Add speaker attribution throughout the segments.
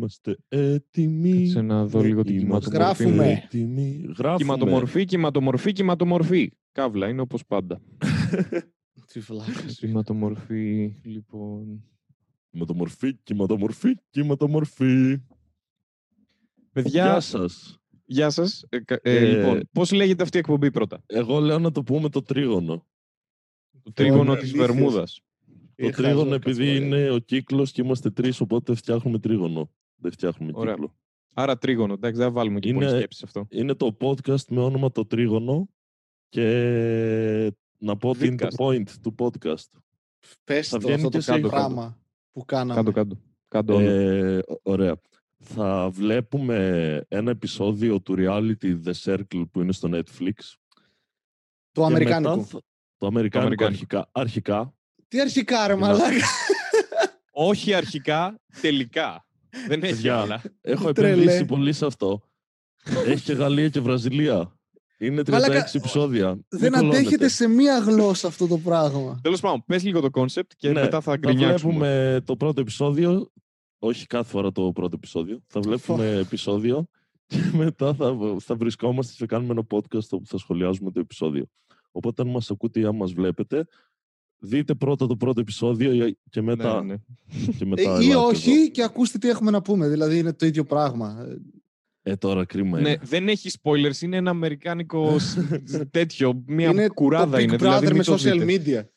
Speaker 1: Είμαστε έτοιμοι. Ναι,
Speaker 2: Κάτσε να δω λίγο την
Speaker 1: Είμαστε
Speaker 2: κυματομορφή.
Speaker 3: Γράφουμε.
Speaker 1: έτοιμοι. Γράφουμε.
Speaker 2: Κυματομορφή, κυματομορφή, κυματομορφή. Καύλα, είναι όπως πάντα.
Speaker 3: Τι βλάκες.
Speaker 2: Κυματομορφή, λοιπόν.
Speaker 1: Κυματομορφή, κυματομορφή, κυματομορφή. Γεια
Speaker 2: Παιδιά,
Speaker 1: σας.
Speaker 2: γεια σας. Ε, κα- ε,
Speaker 1: Ε,
Speaker 2: λοιπόν, πώς λέγεται αυτή η εκπομπή πρώτα.
Speaker 1: Εγώ λέω να το πούμε το τρίγωνο.
Speaker 2: Το τρίγωνο της
Speaker 3: αλήθειες.
Speaker 2: Βερμούδας.
Speaker 1: Το
Speaker 3: Είχα
Speaker 1: τρίγωνο
Speaker 3: ζώα
Speaker 1: επειδή
Speaker 3: κατσαρόλια.
Speaker 1: είναι ο κύκλος και είμαστε τρεις, οπότε φτιάχνουμε τρίγωνο. Δεν φτιάχνουμε
Speaker 2: Ωραία.
Speaker 1: κύκλο.
Speaker 2: Άρα τρίγωνο, εντάξει, δεν βάλουμε και πολλή
Speaker 1: Είναι-
Speaker 2: σκέψη σε αυτό.
Speaker 1: Είναι το podcast με όνομα το τρίγωνο και να πω ότι είναι το
Speaker 2: Vidcast.
Speaker 1: point του podcast.
Speaker 3: Πες
Speaker 1: Θα
Speaker 3: το
Speaker 1: βγαίνει
Speaker 3: αυτό
Speaker 1: και
Speaker 3: το
Speaker 1: σε
Speaker 3: κάτω,
Speaker 1: εικόνα.
Speaker 3: πράγμα που κάναμε.
Speaker 2: Κάντο, κάντο. Κάντο όλο.
Speaker 1: Ε, ω- ωραία. Θα βλέπουμε ένα επεισόδιο του reality The Circle που είναι στο Netflix.
Speaker 3: Το
Speaker 1: Και
Speaker 3: αμερικάνικο.
Speaker 1: μετά θα- Το αμερικάνικο,
Speaker 2: αμερικάνικο.
Speaker 1: αρχικά. αρχικά.
Speaker 3: Τι αρχικά ρε
Speaker 1: Κοινά.
Speaker 3: μαλάκα.
Speaker 2: Όχι αρχικά, τελικά. Δεν έχει
Speaker 1: Παιδιά.
Speaker 2: άλλα.
Speaker 1: Έχω
Speaker 3: Τρελέ.
Speaker 1: επενδύσει πολύ σε αυτό. Έχει και Γαλλία και Βραζιλία. Είναι 36
Speaker 3: Μαλάκα,
Speaker 1: επεισόδια. Μην
Speaker 3: Δεν
Speaker 1: κολώνετε.
Speaker 3: αντέχεται σε μία γλώσσα αυτό το πράγμα.
Speaker 2: Τέλος πάντων, πες λίγο το κόνσεπτ και
Speaker 1: Ναι,
Speaker 2: μετά θα
Speaker 1: Θα
Speaker 2: γκρινιάξουμε.
Speaker 1: βλέπουμε το πρώτο επεισόδιο. Όχι κάθε φορά το πρώτο επεισόδιο. Θα βλέπουμε επεισόδιο και μετά θα, θα βρισκόμαστε και θα κάνουμε ένα podcast όπου θα σχολιάζουμε το επεισόδιο. Οπότε αν μας ακούτε ή αν μας βλέπετε, δείτε πρώτα το πρώτο επεισόδιο και μετά...
Speaker 2: Ναι, ναι.
Speaker 1: Και
Speaker 3: Ε,
Speaker 1: μετά
Speaker 3: ή
Speaker 1: ελάτε
Speaker 3: όχι
Speaker 1: εδώ.
Speaker 3: και ακούστε τι έχουμε να πούμε. Δηλαδή είναι το ίδιο πράγμα. Ε,
Speaker 1: Ε, τώρα κρίμα
Speaker 2: Ναι,
Speaker 1: είναι.
Speaker 2: δεν έχει spoilers, είναι ένα αμερικάνικο σ- σ- τέτοιο, μια
Speaker 3: είναι
Speaker 2: κουράδα
Speaker 3: το Big
Speaker 2: είναι.
Speaker 3: Brother
Speaker 2: δηλαδή, μην
Speaker 3: με
Speaker 2: το
Speaker 3: social
Speaker 2: δείτε.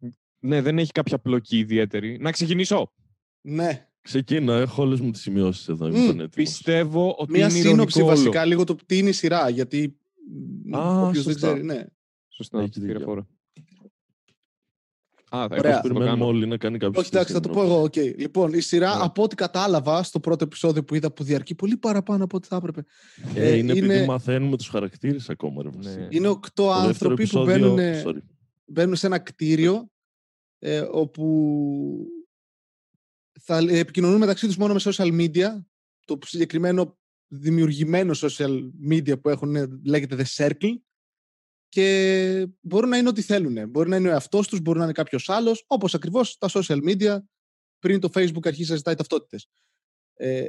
Speaker 3: media.
Speaker 2: Ναι, δεν έχει κάποια πλοκή ιδιαίτερη. Να ξεκινήσω.
Speaker 3: Ναι.
Speaker 1: Ξεκίνα, έχω όλες μου τις σημειώσεις εδώ.
Speaker 3: Μμμ,
Speaker 1: είμαι έτοιμος.
Speaker 2: Πιστεύω ότι
Speaker 3: Μία
Speaker 2: είναι ηρωνικό
Speaker 3: σύνοψη
Speaker 2: όλο.
Speaker 3: βασικά λίγο το τι είναι η σειρά. Γιατί μ,
Speaker 1: Α,
Speaker 3: όποιος δεν
Speaker 1: σωστά.
Speaker 3: ξέρει. Ναι.
Speaker 2: Σωστά,
Speaker 1: Έχει
Speaker 2: πήρε
Speaker 1: δίκιο.
Speaker 2: φόρα. Α, θα
Speaker 3: Ωραία.
Speaker 2: Ωραία. το
Speaker 1: Περιμένουμε
Speaker 2: κάνω.
Speaker 1: όλοι να κάνει κάποιο.
Speaker 3: Όχι, εντάξει, θα το πω εγώ. οκ. Λοιπόν, η σειρά,
Speaker 1: Ναι.
Speaker 3: από ό,τι κατάλαβα στο πρώτο επεισόδιο που είδα, που διαρκεί πολύ παραπάνω από ό,τι θα έπρεπε.
Speaker 1: Ε,
Speaker 3: Ε,
Speaker 1: είναι,
Speaker 3: είναι-
Speaker 1: επειδή μαθαίνουμε τους χαρακτήρες ακόμα. Ρε, Βασίλη.
Speaker 2: Ναι.
Speaker 3: Είναι οκτώ
Speaker 1: Το δεύτερο
Speaker 3: άνθρωποι που
Speaker 1: επεισόδιο-
Speaker 3: μπαίνουν,
Speaker 1: Sorry.
Speaker 3: μπαίνουν σε ένα κτίριο ε, όπου θα επικοινωνούν μεταξύ τους μόνο με social media. Το συγκεκριμένο δημιουργημένο social media που έχουν ε, λέγεται The Circle και μπορούν να είναι ό,τι θέλουν. Μπορεί να είναι ο εαυτός τους, μπορεί να είναι κάποιος άλλος, όπως ακριβώς τα social media πριν το Facebook αρχίσει να ζητάει ταυτότητες. Ε,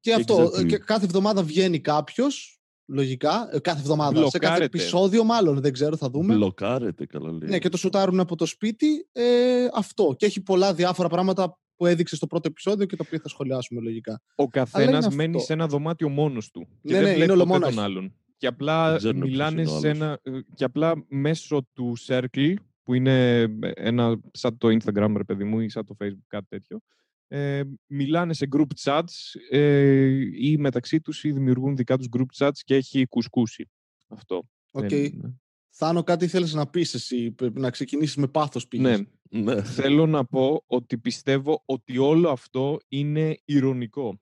Speaker 3: και αυτό,
Speaker 1: Exactly.
Speaker 3: ε, και κάθε εβδομάδα βγαίνει κάποιος, λογικά, ε, κάθε εβδομάδα, σε κάθε
Speaker 2: Μπλοκάρεται.
Speaker 3: επεισόδιο μάλλον, δεν ξέρω, θα δούμε.
Speaker 1: Μπλοκάρεται, καλά λέει.
Speaker 3: Ναι, και το σουτάρουν από το σπίτι. Ε, αυτό. Και έχει πολλά διάφορα πράγματα που έδειξε στο πρώτο επεισόδιο και τα οποία θα σχολιάσουμε λογικά.
Speaker 2: Ο καθένα
Speaker 3: αυτό.
Speaker 2: μένει σε ένα δωμάτιο μόνος του. Και
Speaker 3: Ναι,
Speaker 2: δεν
Speaker 3: ναι,
Speaker 2: βλέπει
Speaker 3: είναι
Speaker 2: ποτέ
Speaker 3: ολομόναχοι.
Speaker 2: τον άλλον. Και
Speaker 1: Δεν
Speaker 2: απλά
Speaker 1: ξέρουν ποιος
Speaker 2: μιλάνε
Speaker 1: είναι ο
Speaker 2: σε ένα. Και απλά μέσω του Circle, που είναι ένα σαν το Instagram, ρε παιδί μου, ή σαν το Facebook, κάτι τέτοιο. Ε, μιλάνε σε group chats ε, ή μεταξύ τους ή δημιουργούν δικά τους group chats και έχει κουσκούσει αυτό.
Speaker 3: Οκ.
Speaker 2: Δεν είναι.
Speaker 3: Θάνο, κάτι ήθελε να πεις εσύ, πε- να ξεκινήσεις με πάθος πήγε.
Speaker 2: Ναι,
Speaker 1: Ναι.
Speaker 2: θέλω να πω ότι πιστεύω ότι όλο αυτό είναι ηρωνικό.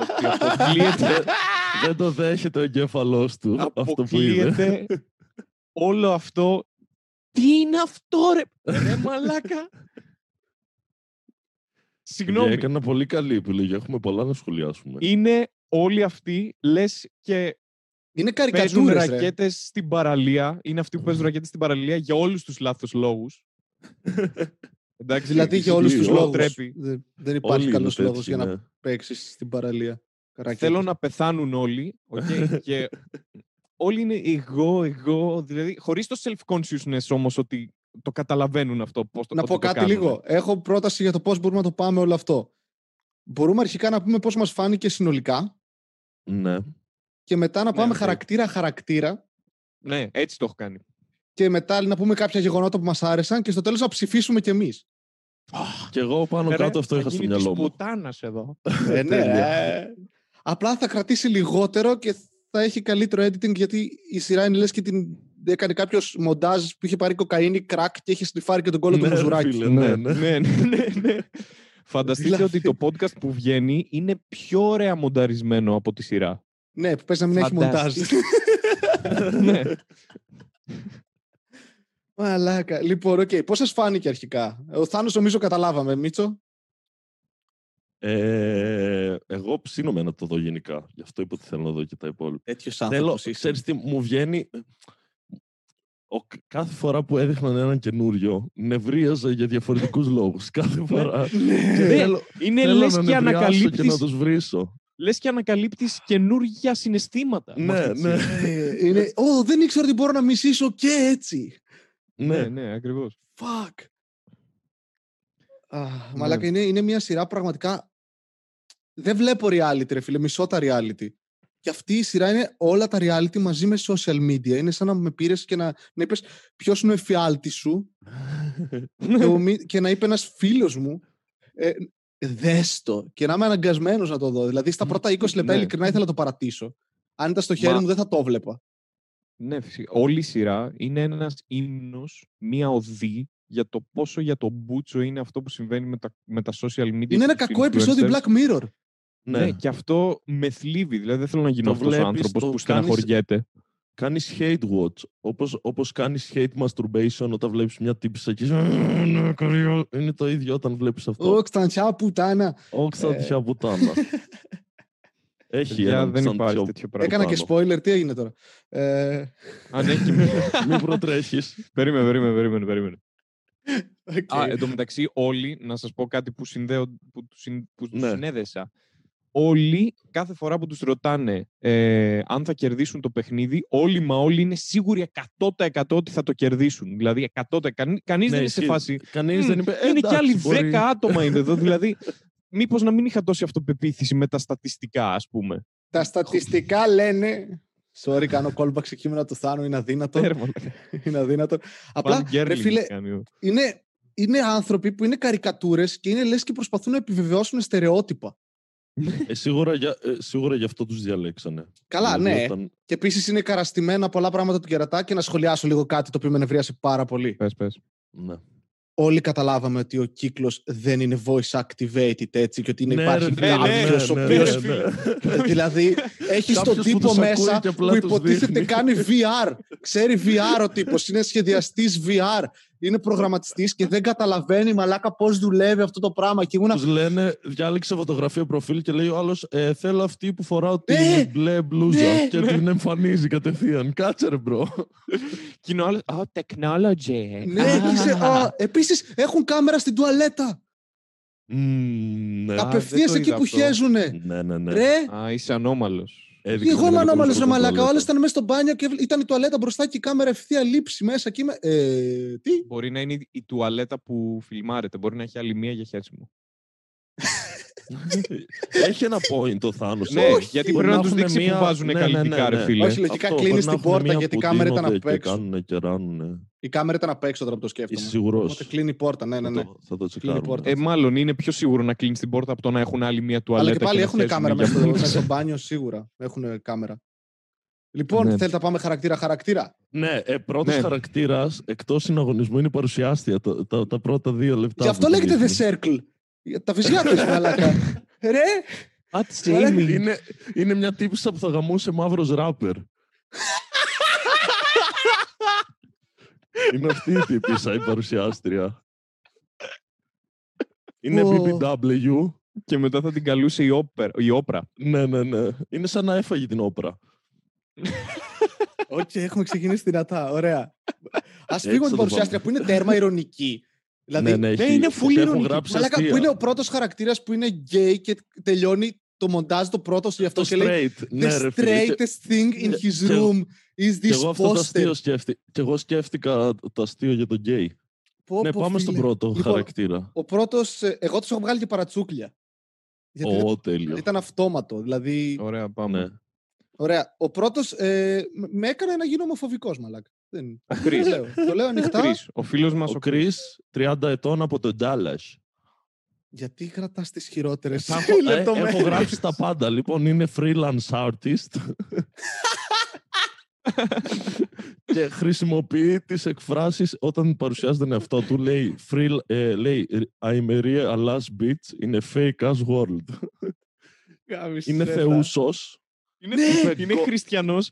Speaker 2: ότι αποκλείεται,
Speaker 1: Δεν το δέχεται ο εγκέφαλός του αυτό που είδε.
Speaker 2: αποκλείεται όλο αυτό. Τι είναι αυτό ρε, ρε μαλάκα.
Speaker 1: Παιδιά,
Speaker 2: Συγγνώμη.
Speaker 1: Έκανα πολύ καλή επιλογή. Έχουμε πολλά να σχολιάσουμε.
Speaker 2: Είναι όλοι αυτοί, λες και
Speaker 3: Είναι
Speaker 2: παίζουν
Speaker 3: καρικατούρες. ρε.
Speaker 2: ρακέτες στην παραλία. Είναι αυτοί που παίζουν ρακέτες στην παραλία για όλους τους λάθος λόγους. Εντάξει,
Speaker 3: Δηλαδή για όλους
Speaker 1: Ισχύει,
Speaker 3: του
Speaker 1: όλα
Speaker 3: λόγου.
Speaker 2: τρέπει.
Speaker 3: Δεν, δεν
Speaker 1: Όλοι
Speaker 3: υπάρχει
Speaker 1: είναι
Speaker 3: καλό
Speaker 1: τέτοιοι,
Speaker 3: λόγο για
Speaker 1: ναι.
Speaker 3: να παίξεις στην παραλία.
Speaker 2: Θέλω
Speaker 3: Καρακέτες.
Speaker 2: να πεθάνουν όλοι. οκ, και όλοι είναι εγώ, εγώ. Δηλαδή, χωρίς το self-consciousness όμως ότι το καταλαβαίνουν αυτό. Πώς το,
Speaker 3: Να
Speaker 2: ότι
Speaker 3: πω
Speaker 2: το ναι.
Speaker 3: κάτι
Speaker 2: κάνουν.
Speaker 3: λίγο. Έχω πρόταση για το πώς μπορούμε να το πάμε όλο αυτό. Μπορούμε αρχικά να πούμε πώς μας φάνηκε συνολικά
Speaker 1: Ναι.
Speaker 3: και μετά να
Speaker 2: Ναι,
Speaker 3: πάμε
Speaker 2: οκ.
Speaker 3: χαρακτήρα-χαρακτήρα
Speaker 2: Ναι, έτσι το έχω κάνει.
Speaker 3: και μετά να πούμε κάποια γεγονότα που μας άρεσαν και στο τέλος να ψηφίσουμε κι εμείς.
Speaker 1: Και εγώ πάνω κάτω αυτό είχα στο μυαλό μου.
Speaker 2: Πουτάνας εδώ.
Speaker 3: ε, ναι,
Speaker 1: Τέλεια.
Speaker 3: ε. Απλά θα κρατήσει λιγότερο και θα έχει καλύτερο editing γιατί η σειρά είναι λες και την έκανε κάποιος μοντάζ που είχε πάρει κοκαίνη, κρακ και είχε σνιφάρει και τον κόλλο του
Speaker 1: Ναι, ρε
Speaker 3: Μουζουράκη.
Speaker 1: φίλε.
Speaker 2: ναι,
Speaker 1: Ναι, ναι.
Speaker 2: ναι, ναι, ναι, ναι. Φανταστείτε
Speaker 3: Δηλαδή.
Speaker 2: ότι το podcast που βγαίνει είναι πιο ωραία μονταρισμένο από τη σειρά.
Speaker 3: Ναι, που πες να μην έχει μοντάζ.
Speaker 2: Φανταστείτε. ναι.
Speaker 3: Μαλάκα. Λοιπόν, οκ. Πώς σας φάνηκε αρχικά. Ο Θάνος νομίζω καταλάβαμε, Μίτσο.
Speaker 1: Ε, εγώ ψήνομαι να το δω γενικά. Γι' αυτό είπα ότι θέλω να δω και τα υπόλοιπα.
Speaker 3: Τέτοιος
Speaker 1: Θέλω, ξέρεις τι, μου βγαίνει... ο, κάθε φορά που έδειχναν έναν καινούριο, νευρίαζα για διαφορετικούς λόγους. Κάθε φορά. Και
Speaker 2: Ναι,
Speaker 1: θέλω-
Speaker 2: Είναι
Speaker 1: θέλω
Speaker 2: λες
Speaker 1: να νευριάσω
Speaker 2: και
Speaker 1: και
Speaker 2: ανακαλύπτεις,
Speaker 1: να τους βρίσω.
Speaker 2: λες και ανακαλύπτεις καινούργια συναισθήματα. με
Speaker 1: Ναι,
Speaker 2: αυτή τη
Speaker 1: ναι.
Speaker 2: σειρά.
Speaker 3: Ε, είναι, Ω, δεν ήξερα ότι μπορώ να μισήσω και έτσι.
Speaker 2: ναι,
Speaker 1: Ναι,
Speaker 2: ναι, ακριβώς.
Speaker 3: Fuck. Α,
Speaker 2: Ναι.
Speaker 3: Μαλάκα, είναι, είναι μια σειρά πραγματικά... Δεν βλέπω reality, ρε φίλε. Μισώ τα reality. Και αυτή η σειρά είναι όλα τα reality μαζί με social media. Είναι σαν να με πήρες και να, να είπες ποιος είναι ο εφιάλτης σου και, ο μη- και να είπε ένας φίλος μου. Ε, δες το. Και να είμαι αναγκασμένος να το δω. Δηλαδή στα
Speaker 2: Μ,
Speaker 3: πρώτα 20 λεπτά,
Speaker 2: ναι.
Speaker 3: ειλικρινά ήθελα να το παρατήσω. Αν ήταν στο
Speaker 2: Μα-
Speaker 3: χέρι μου, δεν θα το βλέπα.
Speaker 2: Ναι, φυσικά. Όλη η σειρά είναι ένας ύμνος, μία οδή για το πόσο για τον Μπούτσο είναι αυτό που συμβαίνει με τα, με τα social media.
Speaker 3: Είναι
Speaker 2: και
Speaker 3: ένα
Speaker 2: τους
Speaker 3: κακό επεισόδιο
Speaker 2: influencers.
Speaker 3: Black Mirror.
Speaker 2: Ναι.
Speaker 1: ναι.
Speaker 2: και αυτό με θλίβει. Δηλαδή δεν θέλω να γίνω
Speaker 1: Το
Speaker 2: αυτός ο
Speaker 1: βλέπεις,
Speaker 2: άνθρωπος
Speaker 1: το
Speaker 2: που
Speaker 1: κάνεις-
Speaker 2: στεναχωριέται.
Speaker 1: Κάνεις hate watch. Όπως όπως κάνεις hate masturbation όταν βλέπεις μια τύπησα και. είσαι, «Ναι, κορίω». Είναι το ίδιο όταν βλέπεις αυτό.
Speaker 3: Ω, ξαντσιά, πουτάνα.
Speaker 1: Όξα
Speaker 3: ε.
Speaker 1: τη σαπουτάνα. Έχει
Speaker 2: Για
Speaker 1: έναν
Speaker 2: δεν
Speaker 1: σαν
Speaker 2: υπάρχει
Speaker 1: πιο-
Speaker 2: τέτοιο πράγμα.
Speaker 3: Έκανα και spoiler, τι έγινε τώρα. Ε,
Speaker 2: Αν έχει μία-
Speaker 1: Μην προτρέχεις.
Speaker 2: περίμενε, περίμενε, περίμενε, περίμενε.
Speaker 3: οκ.
Speaker 1: ε,
Speaker 2: Α, εν τω μεταξύ όλοι, να σας πω κάτι που, συνδέω, που, τους συν- που τους
Speaker 1: Ναι.
Speaker 2: συνέδεσα. Όλοι, κάθε φορά που τους ρωτάνε ε, αν θα κερδίσουν το παιχνίδι, όλοι μα όλοι είναι σίγουροι 100% ότι θα το κερδίσουν. Δηλαδή 100%. Κανεί, κανείς
Speaker 1: Ναι,
Speaker 2: δεν είναι σε
Speaker 1: ισχύει.
Speaker 2: φάση
Speaker 1: Κανείς δεν είπε.
Speaker 2: είναι και άλλοι
Speaker 1: «Εντάξει, μπορεί».
Speaker 2: 10 άτομα είναι εδώ. Δηλαδή, μήπως να μην είχα τόση αυτοπεποίθηση με τα στατιστικά, ας πούμε.
Speaker 3: Τα στατιστικά λένε. Sorry, κάνω callback σε κείμενα του Θάνου, είναι αδύνατο.
Speaker 2: Τέρμα.
Speaker 3: είναι αδύνατο. Απλά,
Speaker 2: Απλά,
Speaker 3: ρε φίλε, είναι, είναι άνθρωποι που είναι καρικατούρες και είναι λες και προσπαθούν να επιβεβαιώσουν στερεότυπα.
Speaker 1: Ε, σίγουρα, για, ε, σίγουρα γι' αυτό τους διαλέξανε.
Speaker 3: Καλά,
Speaker 1: Δηλαδή,
Speaker 3: ναι.
Speaker 1: Όταν...
Speaker 3: Και επίσης είναι καραστημένα πολλά πράγματα του κερατά και να σχολιάσω λίγο κάτι το οποίο με νευρίασε πάρα πολύ.
Speaker 2: Πες, πες.
Speaker 1: ναι.
Speaker 3: Όλοι καταλάβαμε ότι ο κύκλος δεν είναι voice activated έτσι και ότι είναι
Speaker 1: Ναι,
Speaker 3: υπάρχει
Speaker 1: ρε, ναι, ναι,
Speaker 3: κάποιο ο
Speaker 1: ναι,
Speaker 3: οποίος
Speaker 1: ναι, ναι.
Speaker 3: Δηλαδή, έχεις
Speaker 1: Κάποιος
Speaker 3: τον
Speaker 1: που
Speaker 3: τύπο
Speaker 1: τους ακούει
Speaker 3: μέσα
Speaker 1: και απλά
Speaker 3: που
Speaker 1: τους
Speaker 3: υποτίθεται
Speaker 1: δείχνει.
Speaker 3: κάνει VR. Ξέρει VR ο τύπος. Είναι σχεδιαστής VR. Είναι προγραμματιστής και δεν καταλαβαίνει μαλάκα πώς δουλεύει αυτό το πράγμα. Και ήμουν.
Speaker 1: Τους λένε, διάλεξε φωτογραφία προφίλ και λέει ο άλλος: ε, Θέλω αυτή που φοράω την
Speaker 3: Ναι,
Speaker 1: μπλε μπλούζα
Speaker 3: ναι,
Speaker 1: και
Speaker 3: ναι.
Speaker 1: την εμφανίζει κατευθείαν. Κάτσε ρε, μπρο.
Speaker 2: Και είναι ο άλλος, «Ω, technology.
Speaker 3: Ναι, Επίσης έχουν κάμερα στην τουαλέτα.
Speaker 1: Μμμ, ναι.
Speaker 2: Α,
Speaker 3: Απευθεία
Speaker 2: δεν το
Speaker 3: εκεί
Speaker 2: είδα
Speaker 3: που
Speaker 2: αυτό.
Speaker 3: χέζουνε.
Speaker 1: Ναι, ναι, ναι.
Speaker 3: Ρε,
Speaker 2: Α, είσαι ανώμαλος.
Speaker 1: Έδειξε
Speaker 3: εγώ είμαι
Speaker 1: μερικούς
Speaker 3: ανώμαλο ρε
Speaker 1: από το
Speaker 3: μαλάκα. Ο άλλο
Speaker 1: τουαλέτα.
Speaker 3: ήταν μέσα στο μπάνιο και έβλε- ήταν η τουαλέτα μπροστά και η κάμερα ευθεία λήψη μέσα. Και είμαι. Ε, τι.
Speaker 2: Μπορεί να είναι η- η τουαλέτα που φιλμάρεται. Μπορεί να έχει άλλη μία για χέσιμο.
Speaker 1: Έχει ένα point ο Θάνος.
Speaker 2: Ναι, γιατί
Speaker 1: Μπορεί
Speaker 2: πρέπει
Speaker 1: να
Speaker 2: να τους
Speaker 1: έχουν
Speaker 2: δείξει
Speaker 1: μία-
Speaker 2: που βάζουν
Speaker 1: ναι, ναι,
Speaker 2: καλλιτικά,
Speaker 1: ναι,
Speaker 2: ρε
Speaker 1: ναι.
Speaker 2: φίλε.
Speaker 3: Όχι, λογικά κλείνει την πόρτα γιατί η κάμερα ήταν απ'
Speaker 1: Και
Speaker 3: έξω.
Speaker 1: κάνουν και ράνουν.
Speaker 3: Η κάμερα ήταν απ' έξω τώρα που το
Speaker 1: Είσαι
Speaker 3: σκέφτομαι.
Speaker 1: σίγουρος.
Speaker 3: Οπότε κλείνει η πόρτα, ναι, ναι, ναι.
Speaker 1: Θα το
Speaker 3: πόρτα.
Speaker 1: τσεκάρουμε.
Speaker 2: Ε, μάλλον είναι πιο σίγουρο να κλείνεις την πόρτα από το να έχουν άλλη μία τουαλέτα.
Speaker 3: Αλλά και πάλι
Speaker 2: να
Speaker 3: έχουν
Speaker 2: χέζουν
Speaker 3: κάμερα
Speaker 2: για
Speaker 3: μέσα στο,
Speaker 2: μόνοι
Speaker 3: μέσα
Speaker 2: τους.
Speaker 3: στο μπάνιο, σίγουρα. Έχουν κάμερα. Λοιπόν,
Speaker 2: Ναι.
Speaker 3: θέλετε να πάμε χαρακτήρα-χαρακτήρα.
Speaker 1: Ναι, ε, πρώτος
Speaker 2: Ναι.
Speaker 1: χαρακτήρας εκτός συναγωνισμού είναι η παρουσιάστια. Τα, τα, τα πρώτα δύο λεπτά.
Speaker 3: Γι' αυτό
Speaker 1: που
Speaker 3: λέγεται
Speaker 1: δείχνει.
Speaker 3: The Circle. Για Τα φυσικά τους μαλάκα. Ρε,
Speaker 2: At
Speaker 3: Μαλάκα,
Speaker 2: shaming.
Speaker 1: Είναι, είναι μια τύπησα που θα γαμούσε μαύρος ράπερ. είναι αυτή η τύπησα η παρουσιάστρια. Είναι
Speaker 3: Ω.
Speaker 1: BBW.
Speaker 2: Και μετά θα την καλούσε η, όπερα, η όπρα.
Speaker 1: Ναι, ναι, ναι. Είναι σαν να έφαγε την όπρα.
Speaker 3: Οκ, έχουμε ξεκινήσει δυνατά. Ωραία. Ας
Speaker 1: Έτσι
Speaker 3: φύγουμε
Speaker 1: θα
Speaker 3: την
Speaker 1: το
Speaker 3: παρουσιάστρια που είναι τέρμα ηρωνική. Δηλαδή,
Speaker 1: ναι, ναι,
Speaker 2: ναι,
Speaker 1: έχει-
Speaker 2: είναι full
Speaker 1: έχουν
Speaker 2: ηρωνική.
Speaker 1: γράψει
Speaker 3: μαλάκα
Speaker 1: αστεία.
Speaker 3: που είναι ο πρώτος χαρακτήρας που είναι γκέι και τελειώνει το μοντάζ το πρώτο γι' αυτό
Speaker 1: το
Speaker 3: και λέει
Speaker 1: straight. Ναι,
Speaker 3: The
Speaker 1: ρε, φίλε. Και-
Speaker 3: straightest thing in
Speaker 1: Ναι, και-
Speaker 3: his room is
Speaker 1: και
Speaker 3: this
Speaker 1: εγώ αυτό το
Speaker 3: poster.
Speaker 1: αστείο σκέφτηκα. Και εγώ σκέφτηκα το αστείο για τον γκέι.
Speaker 3: Πω,
Speaker 1: Ναι,
Speaker 3: πω,
Speaker 1: πάμε στον
Speaker 3: φίλε.
Speaker 1: πρώτο
Speaker 3: Λοιπόν,
Speaker 1: χαρακτήρα.
Speaker 3: Ο πρώτος, εγώ τους έχω βγάλει και παρατσούκλια. Γιατί
Speaker 1: Ω,
Speaker 3: δεν-
Speaker 1: τέλειο.
Speaker 3: ήταν αυτόματο. Δηλαδή,
Speaker 2: Ωραία,
Speaker 1: Ναι.
Speaker 2: πάμε.
Speaker 3: ωραία. Ο πρώτος με έκανε να γίνω ομοφοβικός, μαλάκα. Δεν...
Speaker 2: Chris.
Speaker 3: το λέω. το λέω ανοιχτά.
Speaker 2: Chris, Ο φίλος μας
Speaker 1: Ο
Speaker 2: ο
Speaker 1: Κρι, 30 ετών από τον Dallas.
Speaker 3: Γιατί κρατάς τις χειρότερες
Speaker 1: Τα έχω- ε, Έχω γράψει τα πάντα. Λοιπόν, είναι freelance artist. και χρησιμοποιεί τις εκφράσεις όταν παρουσιάζει τον εαυτό του. Λέει, free, ε, λέει I'm a real alas bitch in a fake ass world. είναι θεούσος.
Speaker 2: Είναι,
Speaker 3: Ναι.
Speaker 2: είναι χριστιανός.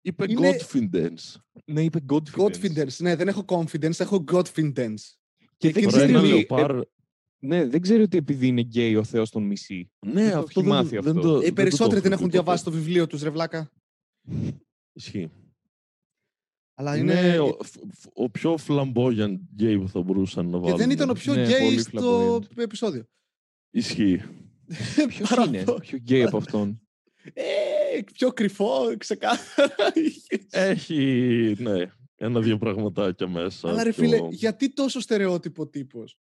Speaker 1: Είπε
Speaker 3: Είναι-
Speaker 1: Godfidence.
Speaker 2: Ναι, είπε Godfidence.
Speaker 3: Godfidence. Ναι, δεν έχω confidence, έχω Godfidence.
Speaker 2: Και δεν
Speaker 3: Ωραία,
Speaker 1: Ωραία,
Speaker 2: ξέρει,
Speaker 1: ένα
Speaker 3: είναι
Speaker 2: ότι,
Speaker 1: λεοπάρ.
Speaker 2: ε, ναι, δεν ξέρει ότι επειδή είναι γκέι ο Θεός τον μισεί.
Speaker 1: ναι,
Speaker 2: το
Speaker 1: αυτό
Speaker 2: έχει
Speaker 1: δεν,
Speaker 2: μάθει
Speaker 1: Ε, δεν
Speaker 2: αυτό.
Speaker 1: το
Speaker 3: Οι
Speaker 1: δεν το το
Speaker 3: περισσότεροι Ε, δεν
Speaker 1: έχω
Speaker 3: έχουν
Speaker 1: δει ποτέ.
Speaker 3: διαβάσει το βιβλίο τους, Ρεβλάκα.
Speaker 1: Ισχύει.
Speaker 3: Αλλά είναι...
Speaker 1: Είναι, Ναι, ο, φ- ο πιο flamboyant γκέι που θα μπορούσαν να
Speaker 3: Και
Speaker 1: βάλουν.
Speaker 3: δεν ήταν ο πιο
Speaker 2: Ναι,
Speaker 3: γκέι
Speaker 2: πολύ
Speaker 3: στο
Speaker 2: flamboyant.
Speaker 3: επεισόδιο.
Speaker 1: Ισχύει.
Speaker 2: Ποιος
Speaker 3: Παρά
Speaker 2: είναι,
Speaker 3: αυτό.
Speaker 2: πιο γκέι από αυτόν.
Speaker 3: Ε, πιο κρυφό, ξεκάθαρα.
Speaker 1: Έχει, ναι, ένα-δύο πραγματάκια μέσα.
Speaker 3: Αλλά ρε
Speaker 1: πιο-
Speaker 3: φίλε, γιατί τόσο στερεότυπο τύπος.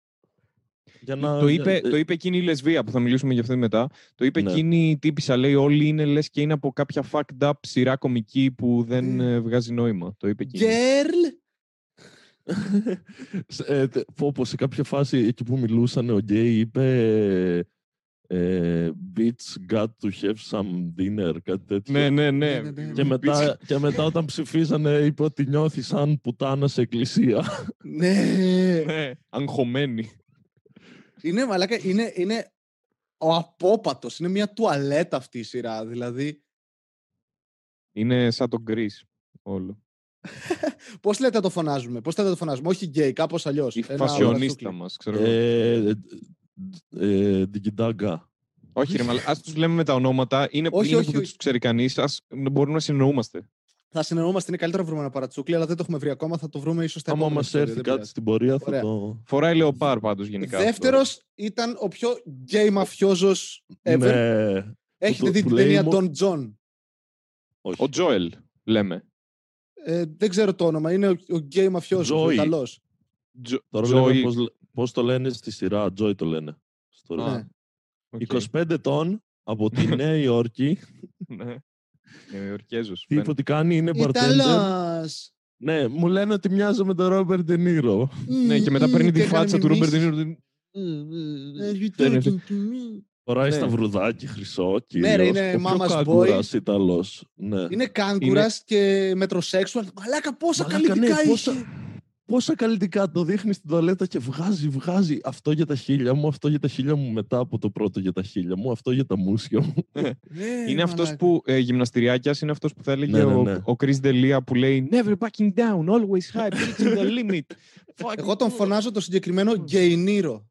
Speaker 1: για
Speaker 2: το, είπε,
Speaker 1: για-
Speaker 2: το είπε εκείνη η λεσβία που θα μιλήσουμε για αυτήν μετά. Το είπε
Speaker 1: Ναι.
Speaker 2: εκείνη η τύπησα. Λέει: Όλοι είναι λες και είναι από κάποια fucked up σειρά κομική που δεν
Speaker 3: Ναι.
Speaker 2: ε, βγάζει νόημα. Το είπε εκείνη.
Speaker 3: Girl,
Speaker 1: Σε- ε, τε- πω, πω, σε κάποια φάση εκεί που μιλούσαν ο Γκέι είπε ε, Bitch got to have some dinner, κάτι τέτοιο.
Speaker 2: Ναι, ναι, ναι.
Speaker 3: Ναι, ναι, ναι.
Speaker 1: Και μετά, και μετά όταν ψηφίζανε είπε ότι νιώθεις σαν πουτάνα σε εκκλησία.
Speaker 3: Ναι.
Speaker 2: Ναι, αγχωμένη.
Speaker 3: Είναι, μαλάκα, είναι, είναι ο απόπατος. Είναι μια τουαλέτα αυτή η σειρά. Δηλαδή,
Speaker 2: Είναι σαν τον Γκρι όλο.
Speaker 3: πώς λέτε να το φωνάζουμε, πώς λέτε να το φωνάζουμε. Όχι γκέι, κάπως αλλιώς.
Speaker 2: Η
Speaker 3: Ένα
Speaker 2: φασιονίστα
Speaker 3: ορατούκλι.
Speaker 2: μας, ξέρω εγώ.
Speaker 1: ε, ε, Ντιγκιντάγκα.
Speaker 2: Όχι, ρε, ας τους λέμε με τα ονόματα. Είναι
Speaker 3: Όχι,
Speaker 2: είναι
Speaker 3: όχι,
Speaker 2: που δεν
Speaker 3: όχι.
Speaker 2: τους ξέρει κανείς. Ας μπορούμε να συνεννοούμαστε.
Speaker 3: Θα συνεννοούμαστε, είναι καλύτερα να βρούμε ένα παρατσούκλι, αλλά δεν το έχουμε βρει ακόμα. Θα το βρούμε ίσως τα
Speaker 1: Άμα
Speaker 3: επόμενα
Speaker 1: μας
Speaker 3: επεισόδια,
Speaker 1: έρθει
Speaker 3: δεν
Speaker 1: κάτι στην πορεία θα
Speaker 3: Ωραία.
Speaker 1: το.
Speaker 2: Φοράει λεοπάρ πάντως γενικά.
Speaker 3: Δεύτερος ήταν ο πιο γκέι μαφιόζος ever.
Speaker 1: Ναι.
Speaker 3: Έχετε
Speaker 1: Που-
Speaker 3: δει
Speaker 1: που
Speaker 3: την
Speaker 1: λέει
Speaker 3: ταινία
Speaker 1: μου-
Speaker 3: Don John.
Speaker 1: Όχι.
Speaker 2: Ο Τζόελ, λέμε.
Speaker 3: Ε, δεν ξέρω το όνομα. Είναι ο, ο γκέι μαφιόζος, ο
Speaker 1: Joey.
Speaker 3: Ιταλός.
Speaker 2: Τζο...
Speaker 1: Τώρα
Speaker 2: Joy-
Speaker 1: λέμε πώς, λέ- πώς το λένε στη σειρά. Τζόι το λένε. Στο
Speaker 2: Α,
Speaker 1: ρόλο.
Speaker 3: Ναι.
Speaker 2: οκ.
Speaker 1: 25 ετών από τη Νέα Υόρκη.
Speaker 2: Ναι. Νεοϊορκέζος.
Speaker 1: Τι είπε ότι κάνει είναι bartender.
Speaker 3: Ιταλός.
Speaker 1: Ναι, μου λένε ότι μοιάζω με τον Ρόμπερτ Ντενίρο.
Speaker 2: Ναι, και μετά παίρνει τη φάτσα του Ρόμπερτ Ντενίρο.
Speaker 1: Φοράει
Speaker 2: Ναι.
Speaker 1: σταυρουδάκι χρυσό κυρίως.
Speaker 3: Ναι, ρε, είναι
Speaker 1: Ο πιο
Speaker 3: mama's boy.
Speaker 1: καγκουράς Ιταλός. Ναι.
Speaker 3: Είναι κάγκουρας και μετροσέξουαλ. Μαλάκα, πόσα
Speaker 1: Μαλάκα,
Speaker 3: καλλιτικά
Speaker 1: ναι,
Speaker 3: είχε.
Speaker 1: πόσα- Πόσα καλλιτικά το δείχνεις στην τουαλέτα και βγάζει, βγάζει αυτό για τα χίλια μου, αυτό για τα χίλια μου μετά από το πρώτο για τα χίλια μου, αυτό για τα μουσια μου.
Speaker 3: Ναι,
Speaker 2: Είναι αυτός
Speaker 3: μαλάκα.
Speaker 2: που, ε, γυμναστηριάκιας, είναι αυτός που θα έλεγε
Speaker 1: Ναι, ναι,
Speaker 2: ο-
Speaker 1: ναι.
Speaker 2: ο Chris D'Elia που λέει Never backing down, always high, pushing the limit. Fuck.
Speaker 3: Εγώ τον φωνάζω το συγκεκριμένο γκέινίρο.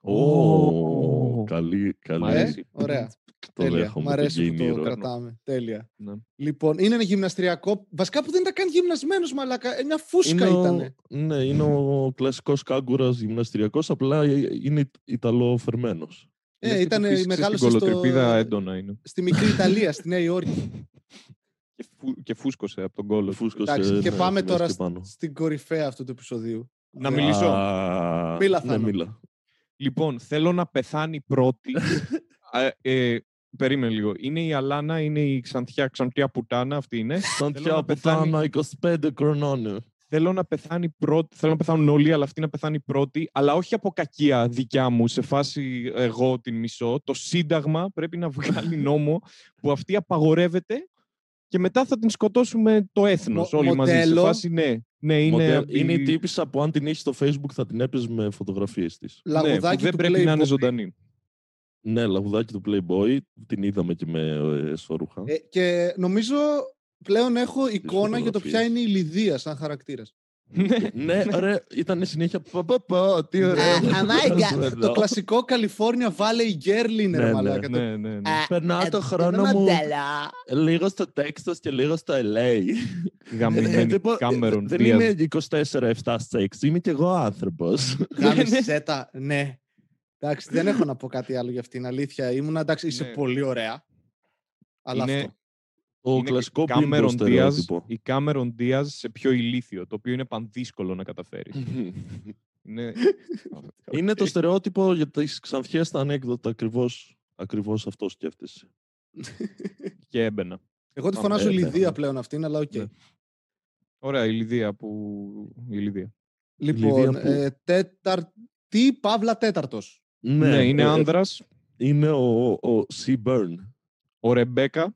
Speaker 1: Ω,
Speaker 2: Ω.
Speaker 1: καλή, καλή.
Speaker 2: Μ'
Speaker 3: Ε,
Speaker 2: αρέσει.
Speaker 3: ωραία.
Speaker 1: Το
Speaker 3: Τέλεια.
Speaker 1: δέχομαι.
Speaker 3: Μ'
Speaker 1: τον
Speaker 3: αρέσει που το
Speaker 1: Γκέινιρο.
Speaker 3: κρατάμε. Τέλεια.
Speaker 2: Ναι.
Speaker 3: Λοιπόν, είναι ένα γυμναστηριακό. Βασικά που δεν ήταν καν γυμνασμένος, μαλάκα. Ε, Μια φούσκα
Speaker 1: Είναι ο-
Speaker 3: ήταν.
Speaker 1: Ναι, είναι ο κλασικός κάγκουρας γυμναστηριακός, απλά ε, είναι Ιταλοφερμένος.
Speaker 2: Είναι
Speaker 3: Ε,
Speaker 2: αυτή που
Speaker 3: ήταν
Speaker 2: φύσηξε
Speaker 3: η μεγάλωση
Speaker 2: Στην
Speaker 3: στο...
Speaker 2: κολοτρυπίδα έντονα είναι.
Speaker 3: στη μικρή Ιταλία, στη Νέα Υόρκη.
Speaker 2: Και, φου- και φούσκωσε από τον κόλο.
Speaker 1: Φούσκωσε,
Speaker 2: ε,
Speaker 3: Εντάξει, και
Speaker 1: ναι,
Speaker 3: πάμε
Speaker 1: θυμάσαι
Speaker 3: τώρα
Speaker 1: και
Speaker 3: σ-
Speaker 1: πάνω.
Speaker 3: στην κορυφαία αυτού του επεισοδίου.
Speaker 2: Να
Speaker 3: Α,
Speaker 2: μιλήσω.
Speaker 1: Α,
Speaker 3: Μίλα,
Speaker 1: ναι,
Speaker 3: Θάνο.
Speaker 1: μίλα.
Speaker 2: Λοιπόν, θέλω να πεθάνει πρώτη. Α, ε, περίμενε λίγο. Είναι η Αλάνα, είναι η Ξανθιά, Ξανθιά Πουτάνα, αυτή είναι. Θέλω να
Speaker 1: Σαντιά
Speaker 2: πεθάνει-
Speaker 1: Πουτάνα, 25 χρονών.
Speaker 2: θέλω να πεθάνει πρώτη, θέλω να πεθάνουν όλοι, αλλά αυτή να πεθάνει πρώτη, αλλά όχι από κακία δικιά μου, σε φάση εγώ την μισώ. Το Σύνταγμα πρέπει να βγάλει νόμο που αυτή απαγορεύεται και μετά θα την σκοτώσουμε το έθνος
Speaker 3: Μο-
Speaker 2: όλοι μαζί. Σε
Speaker 3: μοντέλο.
Speaker 2: φάση ναι, ναι είναι,
Speaker 1: Είναι,
Speaker 2: απ' τη-
Speaker 1: είναι η τύπησα που αν την έχει στο facebook θα την έπαιζε με φωτογραφίες της.
Speaker 2: ναι, που
Speaker 3: Λαγουδάκι
Speaker 2: δεν
Speaker 3: του
Speaker 2: πρέπει να είναι
Speaker 3: Playboy.
Speaker 2: ζωντανή.
Speaker 1: Ναι, λαγουδάκι του Playboy. Την είδαμε και με ε, σόρουχα.
Speaker 3: Ε, και νομίζω πλέον έχω εικόνα για το ποια
Speaker 1: φωτογραφίες.
Speaker 3: είναι η Λιδία σαν χαρακτήρας.
Speaker 2: Ναι.
Speaker 3: Ε,
Speaker 1: ναι, ρε, ήταν συνέχεια. Πα, πα, πα, τι ωραία.
Speaker 3: το κλασικό California Valley Girl είναι,
Speaker 1: Ναι,
Speaker 3: ρε
Speaker 1: ναι,
Speaker 3: μαλάκα. το-
Speaker 2: ναι, ναι, ναι.
Speaker 1: Περνάω το
Speaker 3: Ε,
Speaker 1: χρόνο
Speaker 3: είναι
Speaker 1: μου
Speaker 3: μοντέλα.
Speaker 1: λίγο στο Texas και λίγο στο LA. Ε,
Speaker 2: Γαμημένη
Speaker 1: δεν μπο-
Speaker 2: Κάμερον.
Speaker 1: Δεν
Speaker 2: Diaz.
Speaker 1: είμαι 24-7 στα 6, είμαι κι εγώ άνθρωπος.
Speaker 3: Γάμισέτα, ναι. Εντάξει, δεν έχω να πω κάτι άλλο για αυτήν. Αλήθεια, ήμουν εντάξει, είσαι
Speaker 2: Ναι.
Speaker 3: πολύ ωραία. Αλλά
Speaker 2: Είναι-
Speaker 3: αυτό.
Speaker 1: Το
Speaker 2: Είναι
Speaker 1: κλασικό
Speaker 2: η Cameron
Speaker 1: μπίμπο
Speaker 2: Diaz-
Speaker 1: στερεότυπο.
Speaker 2: η Κάμερον Diaz σε πιο ηλίθιο, το οποίο είναι πανδύσκολο να καταφέρεις. Είναι...
Speaker 1: Είναι
Speaker 2: Ε,
Speaker 1: το στερεότυπο για τις ξανθιές τα ανέκδοτα. Ακριβώς, ακριβώς αυτό σκέφτεσαι.
Speaker 2: και έμπαινα.
Speaker 3: Εγώ τη
Speaker 2: Α,
Speaker 3: φωνάζω
Speaker 1: ε, ναι.
Speaker 3: Λιδία πλέον αυτήν, αλλά οκ.
Speaker 1: Ναι.
Speaker 2: Ωραία, η Λιδία που. Η Λιδία.
Speaker 3: Λοιπόν,
Speaker 1: Λιδία που-
Speaker 3: ε, τέταρτη, Παύλα τέταρτος.
Speaker 2: Ναι, είναι
Speaker 1: ε,
Speaker 2: άνδρας.
Speaker 1: Είναι ο, ο Sea Burn.
Speaker 2: Ο Ρεμπέκα.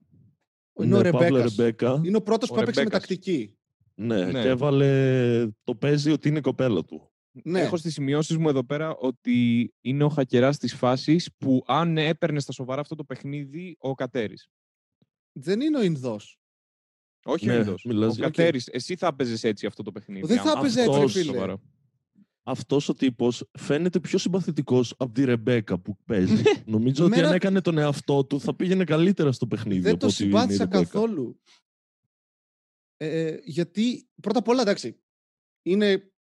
Speaker 3: Είναι ο
Speaker 1: Παύλο
Speaker 3: Ρεμπέκας.
Speaker 1: Ρεμπέκα.
Speaker 3: Είναι ο πρώτος
Speaker 2: Ο
Speaker 3: που έπαιξε με
Speaker 2: Ρεμπέκας.
Speaker 3: τακτική.
Speaker 1: Ναι,
Speaker 2: Ναι.
Speaker 1: και έβαλε το παίζει ότι είναι η κοπέλα του.
Speaker 3: Ναι.
Speaker 2: Έχω στις σημειώσεις μου εδώ πέρα ότι είναι ο χακεράς της φάσης που αν έπαιρνε στα σοβαρά αυτό το παιχνίδι, ο Κατέρης.
Speaker 3: Δεν είναι ο Ινδός.
Speaker 2: Όχι
Speaker 1: Ναι,
Speaker 2: ο Ινδός.
Speaker 1: μιλάς-
Speaker 2: Ο Κατέρη. Εσύ θα έπαιζες έτσι αυτό το παιχνίδι.
Speaker 3: Δεν
Speaker 2: αν
Speaker 3: θα έπαιζε
Speaker 1: έτσι,
Speaker 2: αυτός
Speaker 1: ρε
Speaker 3: φίλε.
Speaker 2: σοβαρά.
Speaker 1: Αυτός ο τύπος φαίνεται πιο συμπαθητικός από τη Ρεμπέκα που παίζει. Νομίζω ότι αν
Speaker 3: Εμένα-
Speaker 1: έκανε τον εαυτό του θα πήγαινε καλύτερα στο παιχνίδι.
Speaker 3: Δεν
Speaker 1: από
Speaker 3: το
Speaker 1: ότι είναι η
Speaker 3: συμπάθησα
Speaker 1: Ρεμπέκα.
Speaker 3: καθόλου. Ε, γιατί πρώτα απ' όλα, εντάξει, είναι,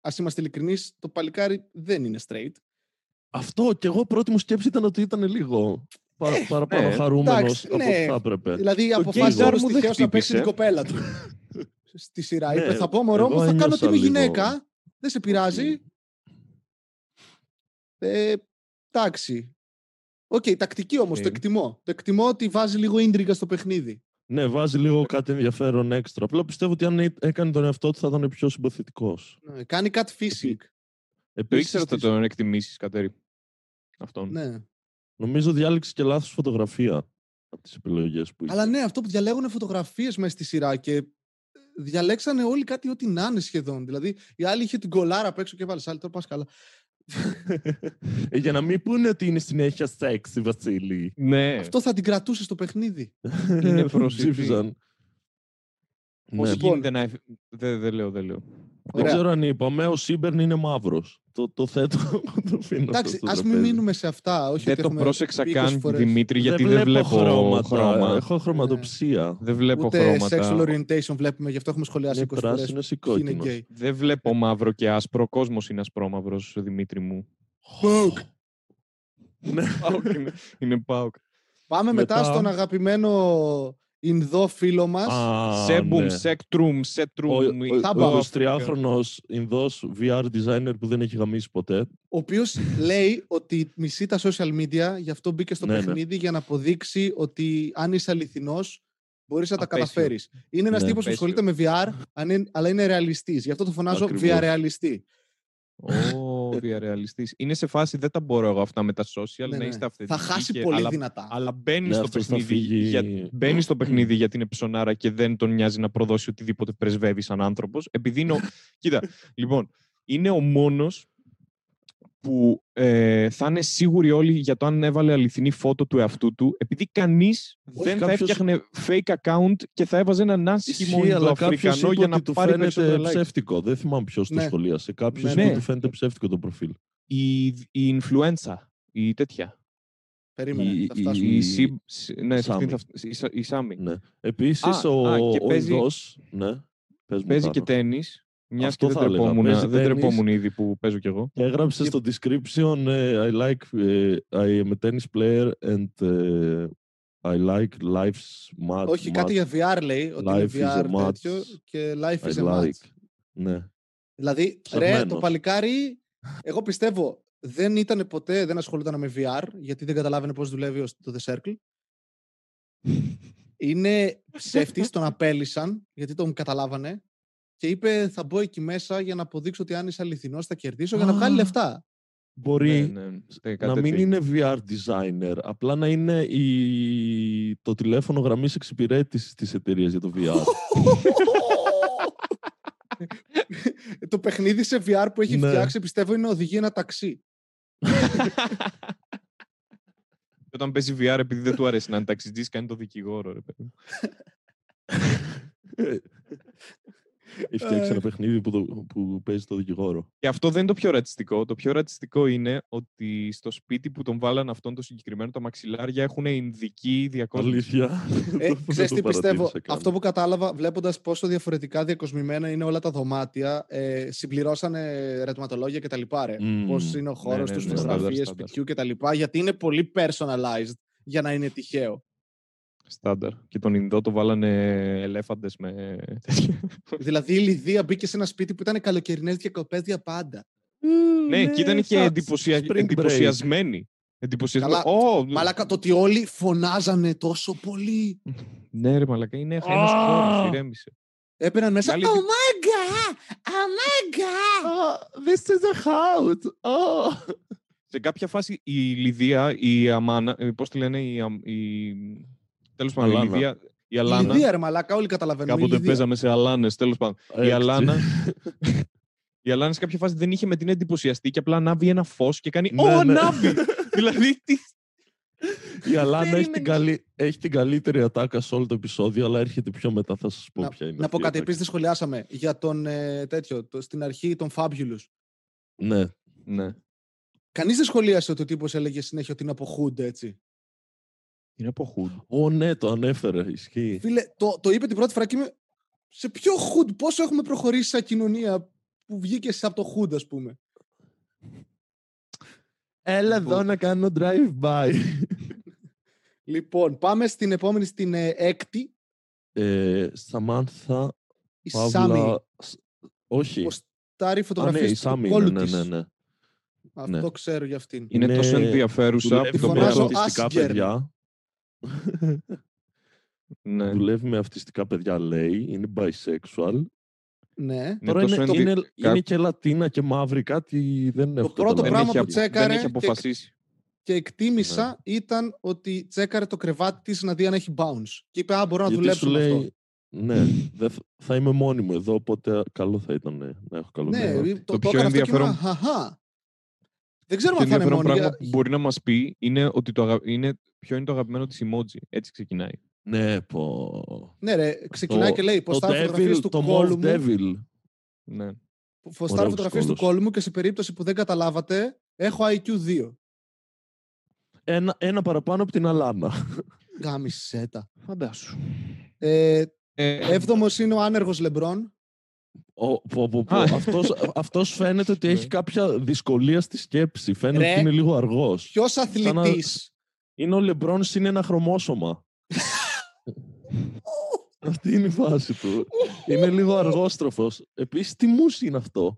Speaker 3: ας είμαστε ειλικρινείς, το παλικάρι δεν είναι straight.
Speaker 1: Αυτό και εγώ πρώτη μου σκέψη ήταν ότι ήταν λίγο πα,
Speaker 3: Ε,
Speaker 1: παραπάνω
Speaker 2: ναι.
Speaker 1: χαρούμενος
Speaker 3: Εντάξει,
Speaker 1: από
Speaker 3: ναι.
Speaker 1: ό,τι θα έπρεπε.
Speaker 3: Δηλαδή, αποφάσισε
Speaker 2: Κέιζαρ
Speaker 3: ο
Speaker 2: μου δεν
Speaker 3: τυχαίος να παίξει
Speaker 2: χτύπησε.
Speaker 3: την κοπέλα του στη σειρά.
Speaker 1: Ναι,
Speaker 3: Είπε, θα πω μωρό
Speaker 1: εγώ
Speaker 3: μου, θα κάνω
Speaker 1: ένιωσα
Speaker 3: τι με
Speaker 1: λίγο-
Speaker 3: γυναίκα. Δεν σε πειράζει. Ε, εντάξει. Οκ, τακτική όμως,
Speaker 2: Οκ.
Speaker 3: το εκτιμώ. Το εκτιμώ ότι βάζει λίγο ίντριγκα στο παιχνίδι.
Speaker 1: Ναι, βάζει λίγο κάτι ενδιαφέρον έξτρα. Απλά πιστεύω ότι αν ε- έκανε τον εαυτό του θα ήταν πιο συμπαθητικός.
Speaker 3: Ναι, κάνει cat fishing.
Speaker 2: Το
Speaker 1: Επίσης,
Speaker 2: ήξερα ότι θα τον εκτιμήσεις, Κατέρι. Αυτόν.
Speaker 3: ναι.
Speaker 1: νομίζω διάλεξε και λάθος φωτογραφία από τις επιλογές που είχε.
Speaker 3: Αλλά ναι, αυτό που διαλέγουν φωτογραφίες μέσα στη σειρά και ε, διαλέξανε όλοι κάτι ό,τι να είναι σχεδόν. Δηλαδή, η άλλη είχε την κολάρα απ' έξω και βάλει άλλη, τώρα πας καλά.
Speaker 1: Ε, Για να μην πούνε ότι είναι συνέχεια σεξ η Βασίλη.
Speaker 2: Ναι.
Speaker 3: Αυτό θα την κρατούσε στο παιχνίδι.
Speaker 2: Είναι προσιτή.
Speaker 1: ψήφισαν.
Speaker 2: Πώς
Speaker 1: Ναι.
Speaker 3: Λοιπόν.
Speaker 2: γίνεται να... εφ- Δεν δεν λέω, δεν λέω.
Speaker 1: Δεν
Speaker 3: Ωραία.
Speaker 1: ξέρω αν είπαμε, ο Σίμπερν είναι μαύρος. Το, το θέτω. το αφήνω αυτό
Speaker 3: Εντάξει,
Speaker 1: στο
Speaker 3: ας μην
Speaker 1: τραπέζι.
Speaker 3: μείνουμε σε αυτά. Όχι
Speaker 2: Δεν
Speaker 3: ότι
Speaker 2: το
Speaker 3: έχουμε
Speaker 2: πρόσεξα
Speaker 3: 20
Speaker 2: καν,
Speaker 3: φορές.
Speaker 1: Ε,
Speaker 2: Δημήτρη, γιατί δεν βλέπω
Speaker 1: χρώματα. Ε,
Speaker 2: χρώμα.
Speaker 1: Έχω χρωματοψία.
Speaker 2: Δεν βλέπω
Speaker 3: Ούτε sexual
Speaker 2: χρώματα.
Speaker 3: orientation βλέπουμε, γι' αυτό έχουμε σχολιάσει
Speaker 1: Είναι
Speaker 3: 20 φορέ.
Speaker 1: πράσινο ή
Speaker 3: Είναι
Speaker 1: κόκκινο.
Speaker 3: γκέι.
Speaker 2: Δεν
Speaker 3: Ναι.
Speaker 2: βλέπω μαύρο και άσπρο. Ο κόσμος είναι ασπρόμαυρος, Δημήτρη μου.
Speaker 1: Ναι.
Speaker 2: Πάοκ είναι- είναι πάοκ.
Speaker 3: Πάμε μετά,
Speaker 1: Μετά-
Speaker 3: στον αγαπημένο Ινδό φίλο μας.
Speaker 1: Α,
Speaker 2: Σέμπουμ,
Speaker 1: ναι.
Speaker 2: σεκτρουμ,
Speaker 1: Ο, ο,
Speaker 2: σετρουμ.
Speaker 1: ο,
Speaker 3: θα πάω.
Speaker 1: 23χρονος Ινδός VR designer που δεν έχει γαμίσει ποτέ.
Speaker 3: Ο οποίος λέει ότι μισεί τα social media, γι' αυτό μπήκε στο
Speaker 1: Ναι, ναι.
Speaker 3: παιχνίδι για να αποδείξει ότι αν είσαι αληθινός, μπορείς να τα
Speaker 2: Απέσιο.
Speaker 3: καταφέρεις. Είναι
Speaker 1: Ναι,
Speaker 3: ένα τύπος που
Speaker 2: απέσιο.
Speaker 3: ασχολείται με VR, αν είναι- αλλά είναι ρεαλιστής. Γι' αυτό το φωνάζω
Speaker 1: Ακριβώς.
Speaker 3: VR ρεαλιστή.
Speaker 2: Ο διαρεαλιστής. Είναι σε φάση δεν τα μπορώ εγώ αυτά με τα social, να
Speaker 3: Ναι, ναι.
Speaker 2: είστε αυθεντικοί.
Speaker 3: Θα χάσει
Speaker 2: και-
Speaker 3: πολύ
Speaker 2: αλλά-
Speaker 3: δυνατά.
Speaker 2: Αλλά μπαίνει
Speaker 1: Ναι,
Speaker 2: στο
Speaker 1: αυτός θα
Speaker 2: παιχνίδι.
Speaker 1: φύγει-
Speaker 2: Για... Μπαίνει στο παιχνίδι γιατί είναι ψωνάρα και δεν τον νοιάζει να προδώσει οτιδήποτε πρεσβεύει σαν άνθρωπος. Επειδή είναι. ο- Κοίτα, λοιπόν, είναι ο μόνος που ε, θα είναι σίγουροι όλοι για το αν έβαλε αληθινή φώτο του εαυτού του, επειδή κανείς
Speaker 1: Όχι,
Speaker 2: δεν
Speaker 1: κάποιος-
Speaker 2: θα έφτιαχνε fake account και θα έβαζε έναν άσχημο
Speaker 1: Ισχύει, αλλά κάποιος
Speaker 2: Ινδοαφρικανό
Speaker 1: είπε
Speaker 2: για
Speaker 1: ότι
Speaker 2: να
Speaker 1: του
Speaker 2: πάρει
Speaker 1: φαίνεται
Speaker 2: περισσότερα like.
Speaker 1: ψεύτικο. Δεν θυμάμαι ποιος το
Speaker 3: Ναι.
Speaker 1: σχολίασε. Κάποιος
Speaker 3: Ναι,
Speaker 1: είπε
Speaker 2: ναι.
Speaker 1: ότι του φαίνεται ψεύτικο το προφίλ.
Speaker 2: Η, η influenza, η τέτοια.
Speaker 3: Περίμενε,
Speaker 1: η-
Speaker 3: θα
Speaker 1: η-
Speaker 3: φτάσουμε.
Speaker 2: Η, Σι- Σι- ναι, σε αυτήν
Speaker 1: Σάμι.
Speaker 2: θα φτα- η Σα- η Σάμι.
Speaker 1: Ναι. Επίσης
Speaker 2: Α,
Speaker 1: ο,
Speaker 2: α, και
Speaker 1: ο
Speaker 2: παίζει-
Speaker 1: Ινδός... Ναι, πες μου,
Speaker 2: Παίζει
Speaker 1: Τάνο.
Speaker 2: και τέννη. Μιας
Speaker 1: Αυτό
Speaker 2: και δεν
Speaker 1: θα έλεγα.
Speaker 2: τρεπόμουν,
Speaker 1: Παίζει
Speaker 2: δεν
Speaker 1: τέννις.
Speaker 2: τρεπόμουν ήδη που παίζω κι εγώ.
Speaker 1: Και έγραψε
Speaker 2: Και-
Speaker 1: στο description ε, I like ε, I am a tennis player and ε, I like life's match.
Speaker 3: Όχι, κάτι για VR λέει, ότι
Speaker 1: Life is
Speaker 3: είναι
Speaker 1: a
Speaker 3: VR
Speaker 1: match.
Speaker 3: τέτοιο και life
Speaker 1: I
Speaker 3: is a
Speaker 1: like.
Speaker 3: match.
Speaker 1: Ναι.
Speaker 3: Δηλαδή, ρε, το
Speaker 1: Ψαγμένος.
Speaker 3: παλικάρι, εγώ πιστεύω, δεν ήταν ποτέ, δεν ασχολούνταν με VR, γιατί δεν καταλάβαινε πώς δουλεύει ο- το The Circle. Είναι ψεύτης, τον απέλησαν, γιατί τον καταλάβανε. Και είπε, θα μπω εκεί μέσα για να αποδείξω ότι αν είσαι αληθινός θα κερδίσω για να βγάλει
Speaker 1: Α.
Speaker 3: λεφτά.
Speaker 1: Μπορεί
Speaker 2: Ναι, ναι, ναι, κάτι
Speaker 1: να μην
Speaker 2: τέτοιο.
Speaker 1: είναι VR designer, απλά να είναι η... το τηλέφωνο γραμμής εξυπηρέτησης της εταιρείας για το VR.
Speaker 3: το παιχνίδι σε VR που έχει
Speaker 1: Ναι.
Speaker 3: φτιάξει, πιστεύω, είναι οδηγεί ένα ταξί.
Speaker 2: Και Όταν παίζει VR, επειδή δεν του αρέσει να είναι ταξιτζής, κάνει το δικηγόρο. Ρε, παιδί. μου.
Speaker 1: Έχει φτιάξει
Speaker 3: Ε.
Speaker 1: ένα παιχνίδι που, το... που παίζει το δικηγόρο.
Speaker 2: και αυτό δεν είναι το πιο ρατσιστικό. Το πιο ρατσιστικό είναι ότι στο σπίτι που τον βάλαν αυτόν το συγκεκριμένο, τα μαξιλάρια έχουν ινδική διακόσμηση.
Speaker 1: Αλήθεια.
Speaker 3: Ε,
Speaker 1: Δεν το
Speaker 3: ξέρεις τι πιστεύω,
Speaker 1: παρατήρησα καν.
Speaker 3: αυτό που κατάλαβα βλέποντας πόσο διαφορετικά διακοσμημένα είναι όλα τα δωμάτια, ε, συμπληρώσανε ρετματολόγια και τα λοιπά ρε.
Speaker 1: Μμμ,
Speaker 3: Πώς είναι ο χώρος
Speaker 2: ναι,
Speaker 3: τους,
Speaker 2: ναι,
Speaker 1: στάνταρ,
Speaker 3: φωτογραφίες,
Speaker 2: στάνταρ.
Speaker 3: σπιτιού και τα λοιπά, γιατί είναι πολύ personalized για να είναι τυχαίο.
Speaker 2: Στάνταρ. Και τον Ινδό το βάλανε ελέφαντες με τέτοια.
Speaker 3: δηλαδή η Λιδία μπήκε σε ένα σπίτι που ήταν καλοκαιρινές διακοπές για πάντα.
Speaker 2: ναι, εκεί ήταν και
Speaker 1: σαν
Speaker 2: εντυπωσια...
Speaker 1: Ε, spring break.
Speaker 2: εντυπωσιασμένοι. Εντυπωσιασμένοι.
Speaker 3: Καλά,
Speaker 2: Ω,
Speaker 3: Μαλάκα, το ότι όλοι φωνάζανε τόσο πολύ.
Speaker 2: Ναι, ρε μαλακά, είναι ένας
Speaker 1: Α!
Speaker 2: χώρος, ηρέμησε.
Speaker 3: Έπαιρναν μέσα.
Speaker 2: Η
Speaker 3: Oh
Speaker 2: άλλη-
Speaker 3: my god! Oh my god!
Speaker 1: Ah, this is a house. Ah.
Speaker 2: Σε κάποια φάση η Λιδία, η Αμάνα, ε, πώς τη λένε, η, Αμ- η... τέλος πάντων, η
Speaker 1: Αλάνα.
Speaker 2: Λιδία, η
Speaker 3: Η
Speaker 2: Αλάνα,
Speaker 3: Λιδία, ρε μαλάκα, όλοι καταλαβαίνουμε. η
Speaker 2: κάποτε
Speaker 3: Λιδία.
Speaker 2: παίζαμε σε Αλάνες, τέλος πάντων. Η
Speaker 1: Ε,
Speaker 2: Αλάνα, η Αλάνα σε κάποια φάση δεν είχε με την εντυπωσιαστή και απλά ανάβει ένα φως και κάνει
Speaker 1: Ναι,
Speaker 2: «Ω,
Speaker 1: ναι.
Speaker 2: ανάβει!» Δηλαδή, τι...
Speaker 1: Η Αλάνα έχει την,
Speaker 2: Περίμενες.
Speaker 1: καλή- έχει την καλύτερη ατάκα σε όλο το επεισόδιο, αλλά έρχεται πιο μετά. Θα σας πω ποια είναι.
Speaker 3: Να
Speaker 1: αυτή
Speaker 3: πω
Speaker 1: η
Speaker 3: κάτι,
Speaker 1: ατάκα.
Speaker 3: επίσης δεν σχολιάσαμε για τον ε, τέτοιο, το, στην αρχή τον Fabulous.
Speaker 1: Ναι.
Speaker 2: Ναι.
Speaker 3: Κανείς δεν σχολίασε ότι ο τύπος έλεγε συνέχεια ότι είναι από Χούντα, έτσι.
Speaker 2: Είναι από χούντ.
Speaker 1: Ω, ναι, το ανέφερε. Ισχύει.
Speaker 3: Φίλε, το, το είπε την πρώτη φορά και είμαι. σε ποιο hood, πόσο έχουμε προχωρήσει σαν κοινωνία που βγήκε από το hood, ας πούμε.
Speaker 1: Έλα εδώ
Speaker 2: Λοιπόν.
Speaker 1: να κάνω drive-by.
Speaker 3: Λοιπόν, πάμε στην επόμενη, στην ε, έκτη.
Speaker 1: Ε, Σαμάνθα,
Speaker 3: Η Σάμι
Speaker 1: Παύλα... Σ- Όχι.
Speaker 3: ποστάρει
Speaker 1: Α, ναι, η
Speaker 3: φωτογραφίες του
Speaker 1: Σάμι
Speaker 3: κόλου
Speaker 1: είναι, ναι,
Speaker 3: της.
Speaker 1: ναι, ναι.
Speaker 3: Αυτό
Speaker 1: ναι.
Speaker 3: ξέρω για αυτήν.
Speaker 2: Είναι
Speaker 1: Ναι,
Speaker 2: τόσο ενδιαφέρουσα
Speaker 1: Δουλεύει
Speaker 2: που
Speaker 3: τη
Speaker 1: με
Speaker 2: το
Speaker 3: φωνάζω
Speaker 2: μοιάζω.
Speaker 1: αυτιστικά
Speaker 3: Asger.
Speaker 1: παιδιά.
Speaker 2: Ναι. Είναι
Speaker 1: Δουλεύει με αυτιστικά παιδιά, λέει. Είναι bisexual.
Speaker 3: Ναι.
Speaker 1: Τώρα
Speaker 2: τόσο
Speaker 1: είναι,
Speaker 2: ενδια-
Speaker 1: είναι,
Speaker 2: κα-
Speaker 1: είναι και λατίνα και μαύρη, κάτι δεν έχω καταλάβει.
Speaker 3: πρώτο
Speaker 2: δεν
Speaker 3: πράγμα
Speaker 2: έχει
Speaker 3: που
Speaker 2: απο-
Speaker 3: τσέκαρε
Speaker 2: Δεν έχει
Speaker 3: και-
Speaker 2: αποφασίσει.
Speaker 3: Και εκτίμησα
Speaker 1: Ναι.
Speaker 3: ήταν ότι τσέκαρε το κρεβάτι της να δει αν έχει bounce. Και είπε, α, μπορώ να
Speaker 1: Γιατί
Speaker 3: δουλέψω
Speaker 1: σου
Speaker 3: με αυτό.
Speaker 1: λέει, Ναι, δεν θ- θα είμαι μόνη μου εδώ, οπότε καλό θα ήταν ναι, να έχω καλό
Speaker 3: Ναι,
Speaker 1: νερό.
Speaker 3: το, το,
Speaker 2: το πιο
Speaker 3: έκανα αυτό και
Speaker 2: ενδιαφέρον-
Speaker 3: ήμουν, «Χαχα». Δεν ξέρουμε
Speaker 2: Το
Speaker 3: αν θα είναι
Speaker 2: ενδιαφέρον
Speaker 3: μόνη.
Speaker 2: πράγμα
Speaker 3: για-
Speaker 2: που μπορεί να μας πει είναι, ότι το αγα- είναι ποιο είναι το αγαπημένο της emoji. Έτσι ξεκινάει.
Speaker 1: Ναι, πω.
Speaker 3: Ναι, ρε, ξεκινάει
Speaker 1: Το-
Speaker 3: και λέει: Πώ
Speaker 1: Το
Speaker 3: θα φωτογραφίες
Speaker 1: Devil,
Speaker 3: του
Speaker 1: το
Speaker 3: κόλου
Speaker 1: Move
Speaker 3: μου.
Speaker 1: Devil.
Speaker 2: Ναι.
Speaker 3: Φωστάρω
Speaker 1: Ωραίος
Speaker 3: φωτογραφίες του
Speaker 1: κόλος.
Speaker 3: κόλου μου και σε περίπτωση που δεν καταλάβατε, έχω IQ2.
Speaker 1: Ένα, ένα παραπάνω από την Αλάνα.
Speaker 3: Γάμισε τα.
Speaker 2: Φαντάσου.
Speaker 3: Ε,
Speaker 2: Ε,
Speaker 3: Έβδομος είναι ο άνεργος Λεμπρόν.
Speaker 1: Ο, πω, πω, πω.
Speaker 2: Α.
Speaker 1: Αυτός, αυτός φαίνεται ότι
Speaker 2: Ναι.
Speaker 1: έχει κάποια δυσκολία στη σκέψη. Φαίνεται
Speaker 3: Ρε.
Speaker 1: ότι είναι λίγο αργός.
Speaker 3: Ποιος
Speaker 1: να-
Speaker 3: αθλητής.
Speaker 1: Είναι ο Λεμπρόν συν ένα χρωμόσωμα. Αυτή είναι η φάση του. είναι λίγο αργόστροφος. Επίσης, τι μουσι είναι αυτό.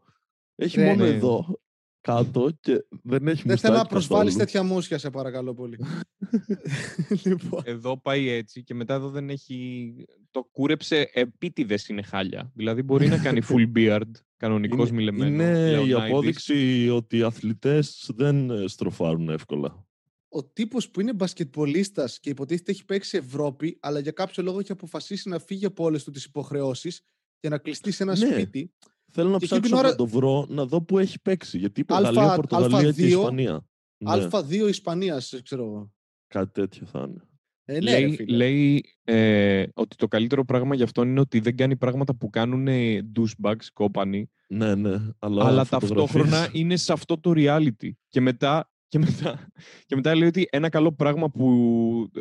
Speaker 1: Έχει
Speaker 3: Ρε.
Speaker 1: μόνο
Speaker 2: Ναι.
Speaker 1: εδώ, κάτω και δεν έχει
Speaker 3: Δεν θέλω να
Speaker 1: μουστάκι
Speaker 3: προσβάλλεις
Speaker 1: καθόλου.
Speaker 3: τέτοια μουσια, σε παρακαλώ πολύ. λοιπόν.
Speaker 2: εδώ πάει έτσι και μετά εδώ δεν έχει. Το κούρεψε επίτηδες είναι χάλια. Δηλαδή μπορεί να κάνει full beard, κανονικός
Speaker 1: Είναι-
Speaker 2: μιλεμένος.
Speaker 1: Είναι η
Speaker 2: Λεωνάιτης.
Speaker 1: απόδειξη ότι οι αθλητές δεν ε, στροφάρουν εύκολα.
Speaker 3: Ο τύπος που είναι μπασκετμπολίστας και υποτίθεται έχει παίξει Ευρώπη, αλλά για κάποιο λόγο έχει αποφασίσει να φύγει από όλες του τις υποχρεώσεις και να κλειστεί σε ένα
Speaker 1: Ναι.
Speaker 3: σπίτι.
Speaker 1: Θέλω να
Speaker 3: Και εκείνη
Speaker 1: ψάξω
Speaker 3: την ώρα-
Speaker 1: να το βρω, να δω που έχει παίξει. Γιατί η
Speaker 3: Αλφα-
Speaker 1: Γαλλία, Πορτογαλία και η
Speaker 3: αλφα-δύο,
Speaker 1: Ισπανία. Ναι,
Speaker 3: Α2 Ισπανίας, ξέρω εγώ.
Speaker 1: κάτι τέτοιο θα είναι.
Speaker 3: Ε, ναι, ρε,
Speaker 2: Λέει,
Speaker 3: φίλε.
Speaker 2: λέει ε, ότι το καλύτερο πράγμα για αυτόν είναι ότι δεν κάνει πράγματα που κάνουν ε, douchebags, κόπανοι,
Speaker 1: Ναι, ναι. Αλλά,
Speaker 2: αλλά
Speaker 1: φωτογραφίες.
Speaker 2: ταυτόχρονα είναι σε αυτό το reality. Και μετά, και, μετά, και μετά λέει ότι ένα καλό πράγμα που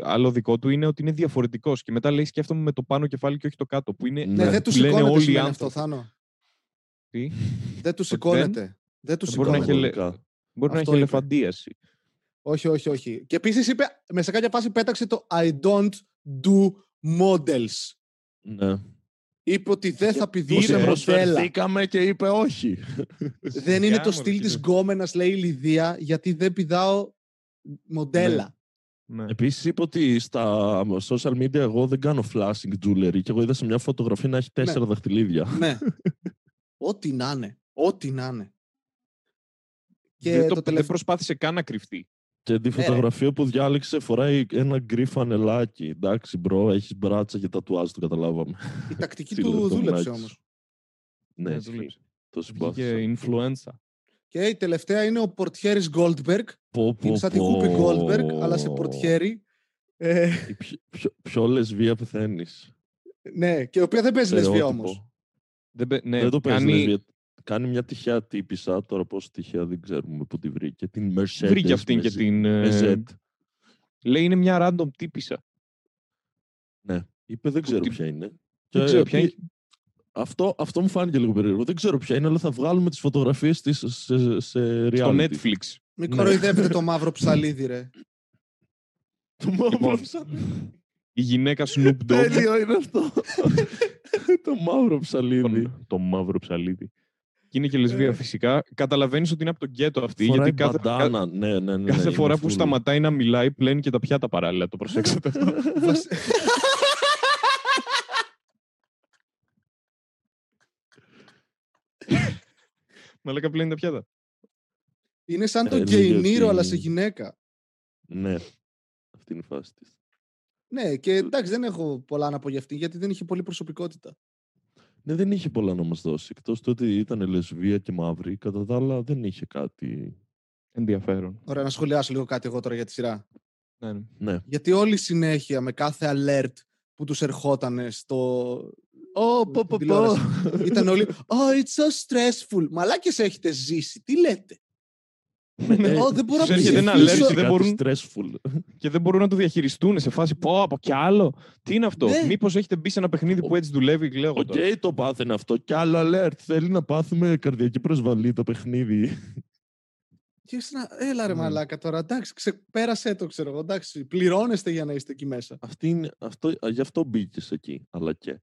Speaker 2: άλλο δικό του είναι ότι είναι διαφορετικός. Και μετά λέει σκέφτομαι με το πάνω κεφάλι και όχι το κάτω, που είναι
Speaker 3: Ναι,
Speaker 1: Ναι,
Speaker 3: δεν τους
Speaker 2: που λένε
Speaker 3: σηκώνεται
Speaker 2: όλοι οι
Speaker 3: σημαίνει αυτό,
Speaker 2: άνθρωποι.
Speaker 3: Θάνο.
Speaker 2: Τι?
Speaker 3: Δεν τους
Speaker 2: δεν-
Speaker 3: σηκώνεται. Δεν τους
Speaker 2: δεν μπορεί να
Speaker 3: σηκώνεται.
Speaker 2: έχει λε-
Speaker 1: Κανονικά.
Speaker 2: Μπορεί να
Speaker 3: Αυτό
Speaker 2: έχει
Speaker 3: είπε.
Speaker 2: ελεφαντίαση.
Speaker 3: Όχι, όχι, όχι. Και επίσης είπε, με σε κάποια φάση πέταξε το I don't do models.
Speaker 1: Ναι.
Speaker 3: Είπε ότι δεν θα πηδούσε
Speaker 1: Πήρε,
Speaker 3: μοντέλα.
Speaker 1: προσφερθήκαμε και είπε όχι.
Speaker 3: Δεν είναι το
Speaker 2: Γάμο, ρε,
Speaker 3: στυλ
Speaker 2: φίλε.
Speaker 3: της γκόμενας, λέει η Λιδία, γιατί δεν πηδάω μοντέλα.
Speaker 2: Ναι.
Speaker 1: Επίσης είπε ότι στα social media εγώ δεν κάνω flashing jewelry και εγώ είδα σε μια φωτογραφία να έχει τέσσερα δαχτυλίδια.
Speaker 3: Ναι. Ό,τι να είναι. Ό,τι να είναι. Και
Speaker 2: δεν,
Speaker 3: το
Speaker 2: το, δεν
Speaker 3: τελευταίο-
Speaker 2: προσπάθησε καν να κρυφτεί.
Speaker 1: Και τη φωτογραφία που διάλεξε φοράει ένα γκρι φανελάκι. Εντάξει, μπρο, έχεις μπράτσα και τατουάζ, το καταλάβαμε.
Speaker 3: Η τακτική
Speaker 1: Τι
Speaker 3: του
Speaker 1: λέω, το
Speaker 3: δούλεψε
Speaker 1: μουνάκι
Speaker 3: όμω.
Speaker 1: σου. Ναι, ισχύει.
Speaker 2: δούλεψε.
Speaker 1: το συμπάθησα.
Speaker 2: Βγήκε influenza.
Speaker 3: Και η τελευταία είναι ο Πορτιέρης Γκόλτμπεργκ.
Speaker 1: Πω, πω,
Speaker 3: Είναι σαν τη
Speaker 1: πω.
Speaker 3: Χούπι Γκόλτμπεργκ, αλλά σε πορτιέρι. Ε,
Speaker 1: Η πιο- πιο- Πιο λεσβία πεθαίνεις.
Speaker 3: ναι, και η οποία δεν παίζει λεσβία όμως.
Speaker 2: Δεν, πε- ναι,
Speaker 1: Δεν το παίζει δηλαδή,
Speaker 2: κάνει-
Speaker 1: λεσβία. Κάνει μια τυχαία τύπησα, τώρα πόσο τυχαία δεν ξέρουμε που τη βρήκε. Την Mercedes.
Speaker 2: Βρήκε αυτήν και
Speaker 1: Μεζι-
Speaker 2: την. ε,
Speaker 1: Μεζέτ.
Speaker 2: Λέει είναι μια random τύπησα.
Speaker 1: Ναι. Είπε δεν
Speaker 2: Που
Speaker 1: ξέρω
Speaker 2: την-
Speaker 1: ποια είναι.
Speaker 2: Δεν
Speaker 1: Και
Speaker 2: ξέρω ποια
Speaker 1: πει-
Speaker 2: είναι.
Speaker 1: Αυτό, αυτό μου φάνηκε λίγο περίεργο. Δεν ξέρω ποια είναι, αλλά θα βγάλουμε τις φωτογραφίες της σε, σε, σε reality.
Speaker 2: Στο Netflix.
Speaker 3: Μην
Speaker 1: Ναι.
Speaker 3: κοροϊδεύετε το μαύρο ψαλίδι, ρε.
Speaker 1: Το μαύρο
Speaker 2: Λοιπόν,
Speaker 1: ψαλίδι.
Speaker 2: Η γυναίκα Snoop Dogg.
Speaker 1: Τέλειο είναι αυτό. το μαύρο ψαλίδι.
Speaker 2: τον- το μαύρο ψαλίδι. Και είναι και λεσβία
Speaker 3: Ε.
Speaker 2: φυσικά. Καταλαβαίνεις ότι είναι από το γκέτο αυτή.
Speaker 1: Φοράει
Speaker 2: γιατί κάθε, κα-
Speaker 1: μπαντάνα. Ναι, ναι, ναι, ναι,
Speaker 2: κάθε
Speaker 1: είναι
Speaker 2: φορά που
Speaker 1: full.
Speaker 2: σταματάει να μιλάει, πλένει και τα πιάτα παράλληλα. Το προσέξατε. αυτό.
Speaker 3: Βασ-
Speaker 2: Μαλάκα πλένει τα πιάτα.
Speaker 3: είναι σαν τον
Speaker 1: Έλεγε
Speaker 3: Γκέινίρο,
Speaker 1: ότι-
Speaker 3: αλλά σε γυναίκα.
Speaker 1: Ναι. Αυτή είναι η φάση της.
Speaker 3: Ναι, και εντάξει, δεν έχω πολλά να πω για αυτή, γιατί δεν είχε πολύ προσωπικότητα.
Speaker 1: Ναι, δεν είχε πολλά να μας δώσει. Εκτός του ότι ήταν λεσβία και μαύρη, κατά τα άλλα δεν είχε κάτι.
Speaker 2: Ενδιαφέρον.
Speaker 3: Ωραία, να σχολιάσω λίγο κάτι εγώ τώρα για τη σειρά.
Speaker 2: Ναι, ναι.
Speaker 1: Ναι.
Speaker 3: Γιατί όλη η συνέχεια με κάθε alert που τους ερχόταν στο...
Speaker 1: Ω, πω, πω, πω.
Speaker 3: τηλεόραση. Ήταν όλοι, oh, it's so stressful. Μαλάκες έχετε ζήσει, τι λέτε.
Speaker 1: Ε,
Speaker 3: Ω, δεν μπορώ να
Speaker 2: τους έρχεται ένα
Speaker 1: ψηφίσω.
Speaker 2: alert και δεν
Speaker 1: Κάτι
Speaker 2: μπορούν-
Speaker 1: stressful.
Speaker 2: και δεν μπορούν να το διαχειριστούν σε φάση πω από κι άλλο. Τι είναι αυτό,
Speaker 3: Ναι.
Speaker 2: μήπως έχετε μπει σε ένα παιχνίδι που έτσι δουλεύει, λέω εγώ
Speaker 1: Οκ,
Speaker 2: τώρα.
Speaker 1: το πάθαινε αυτό. Κι άλλο alert. Θέλει να πάθουμε καρδιακή προσβολή το παιχνίδι.
Speaker 3: Και εσύ να- έλα ρε
Speaker 2: Ναι.
Speaker 3: μαλάκα τώρα, εντάξει, ξεπέρασέ το, ξέρω εγώ, εντάξει, πληρώνεστε για να είστε εκεί μέσα.
Speaker 1: Αυτή είναι, αυτό, α, γι' αυτό μπήκες εκεί. Αλλά και.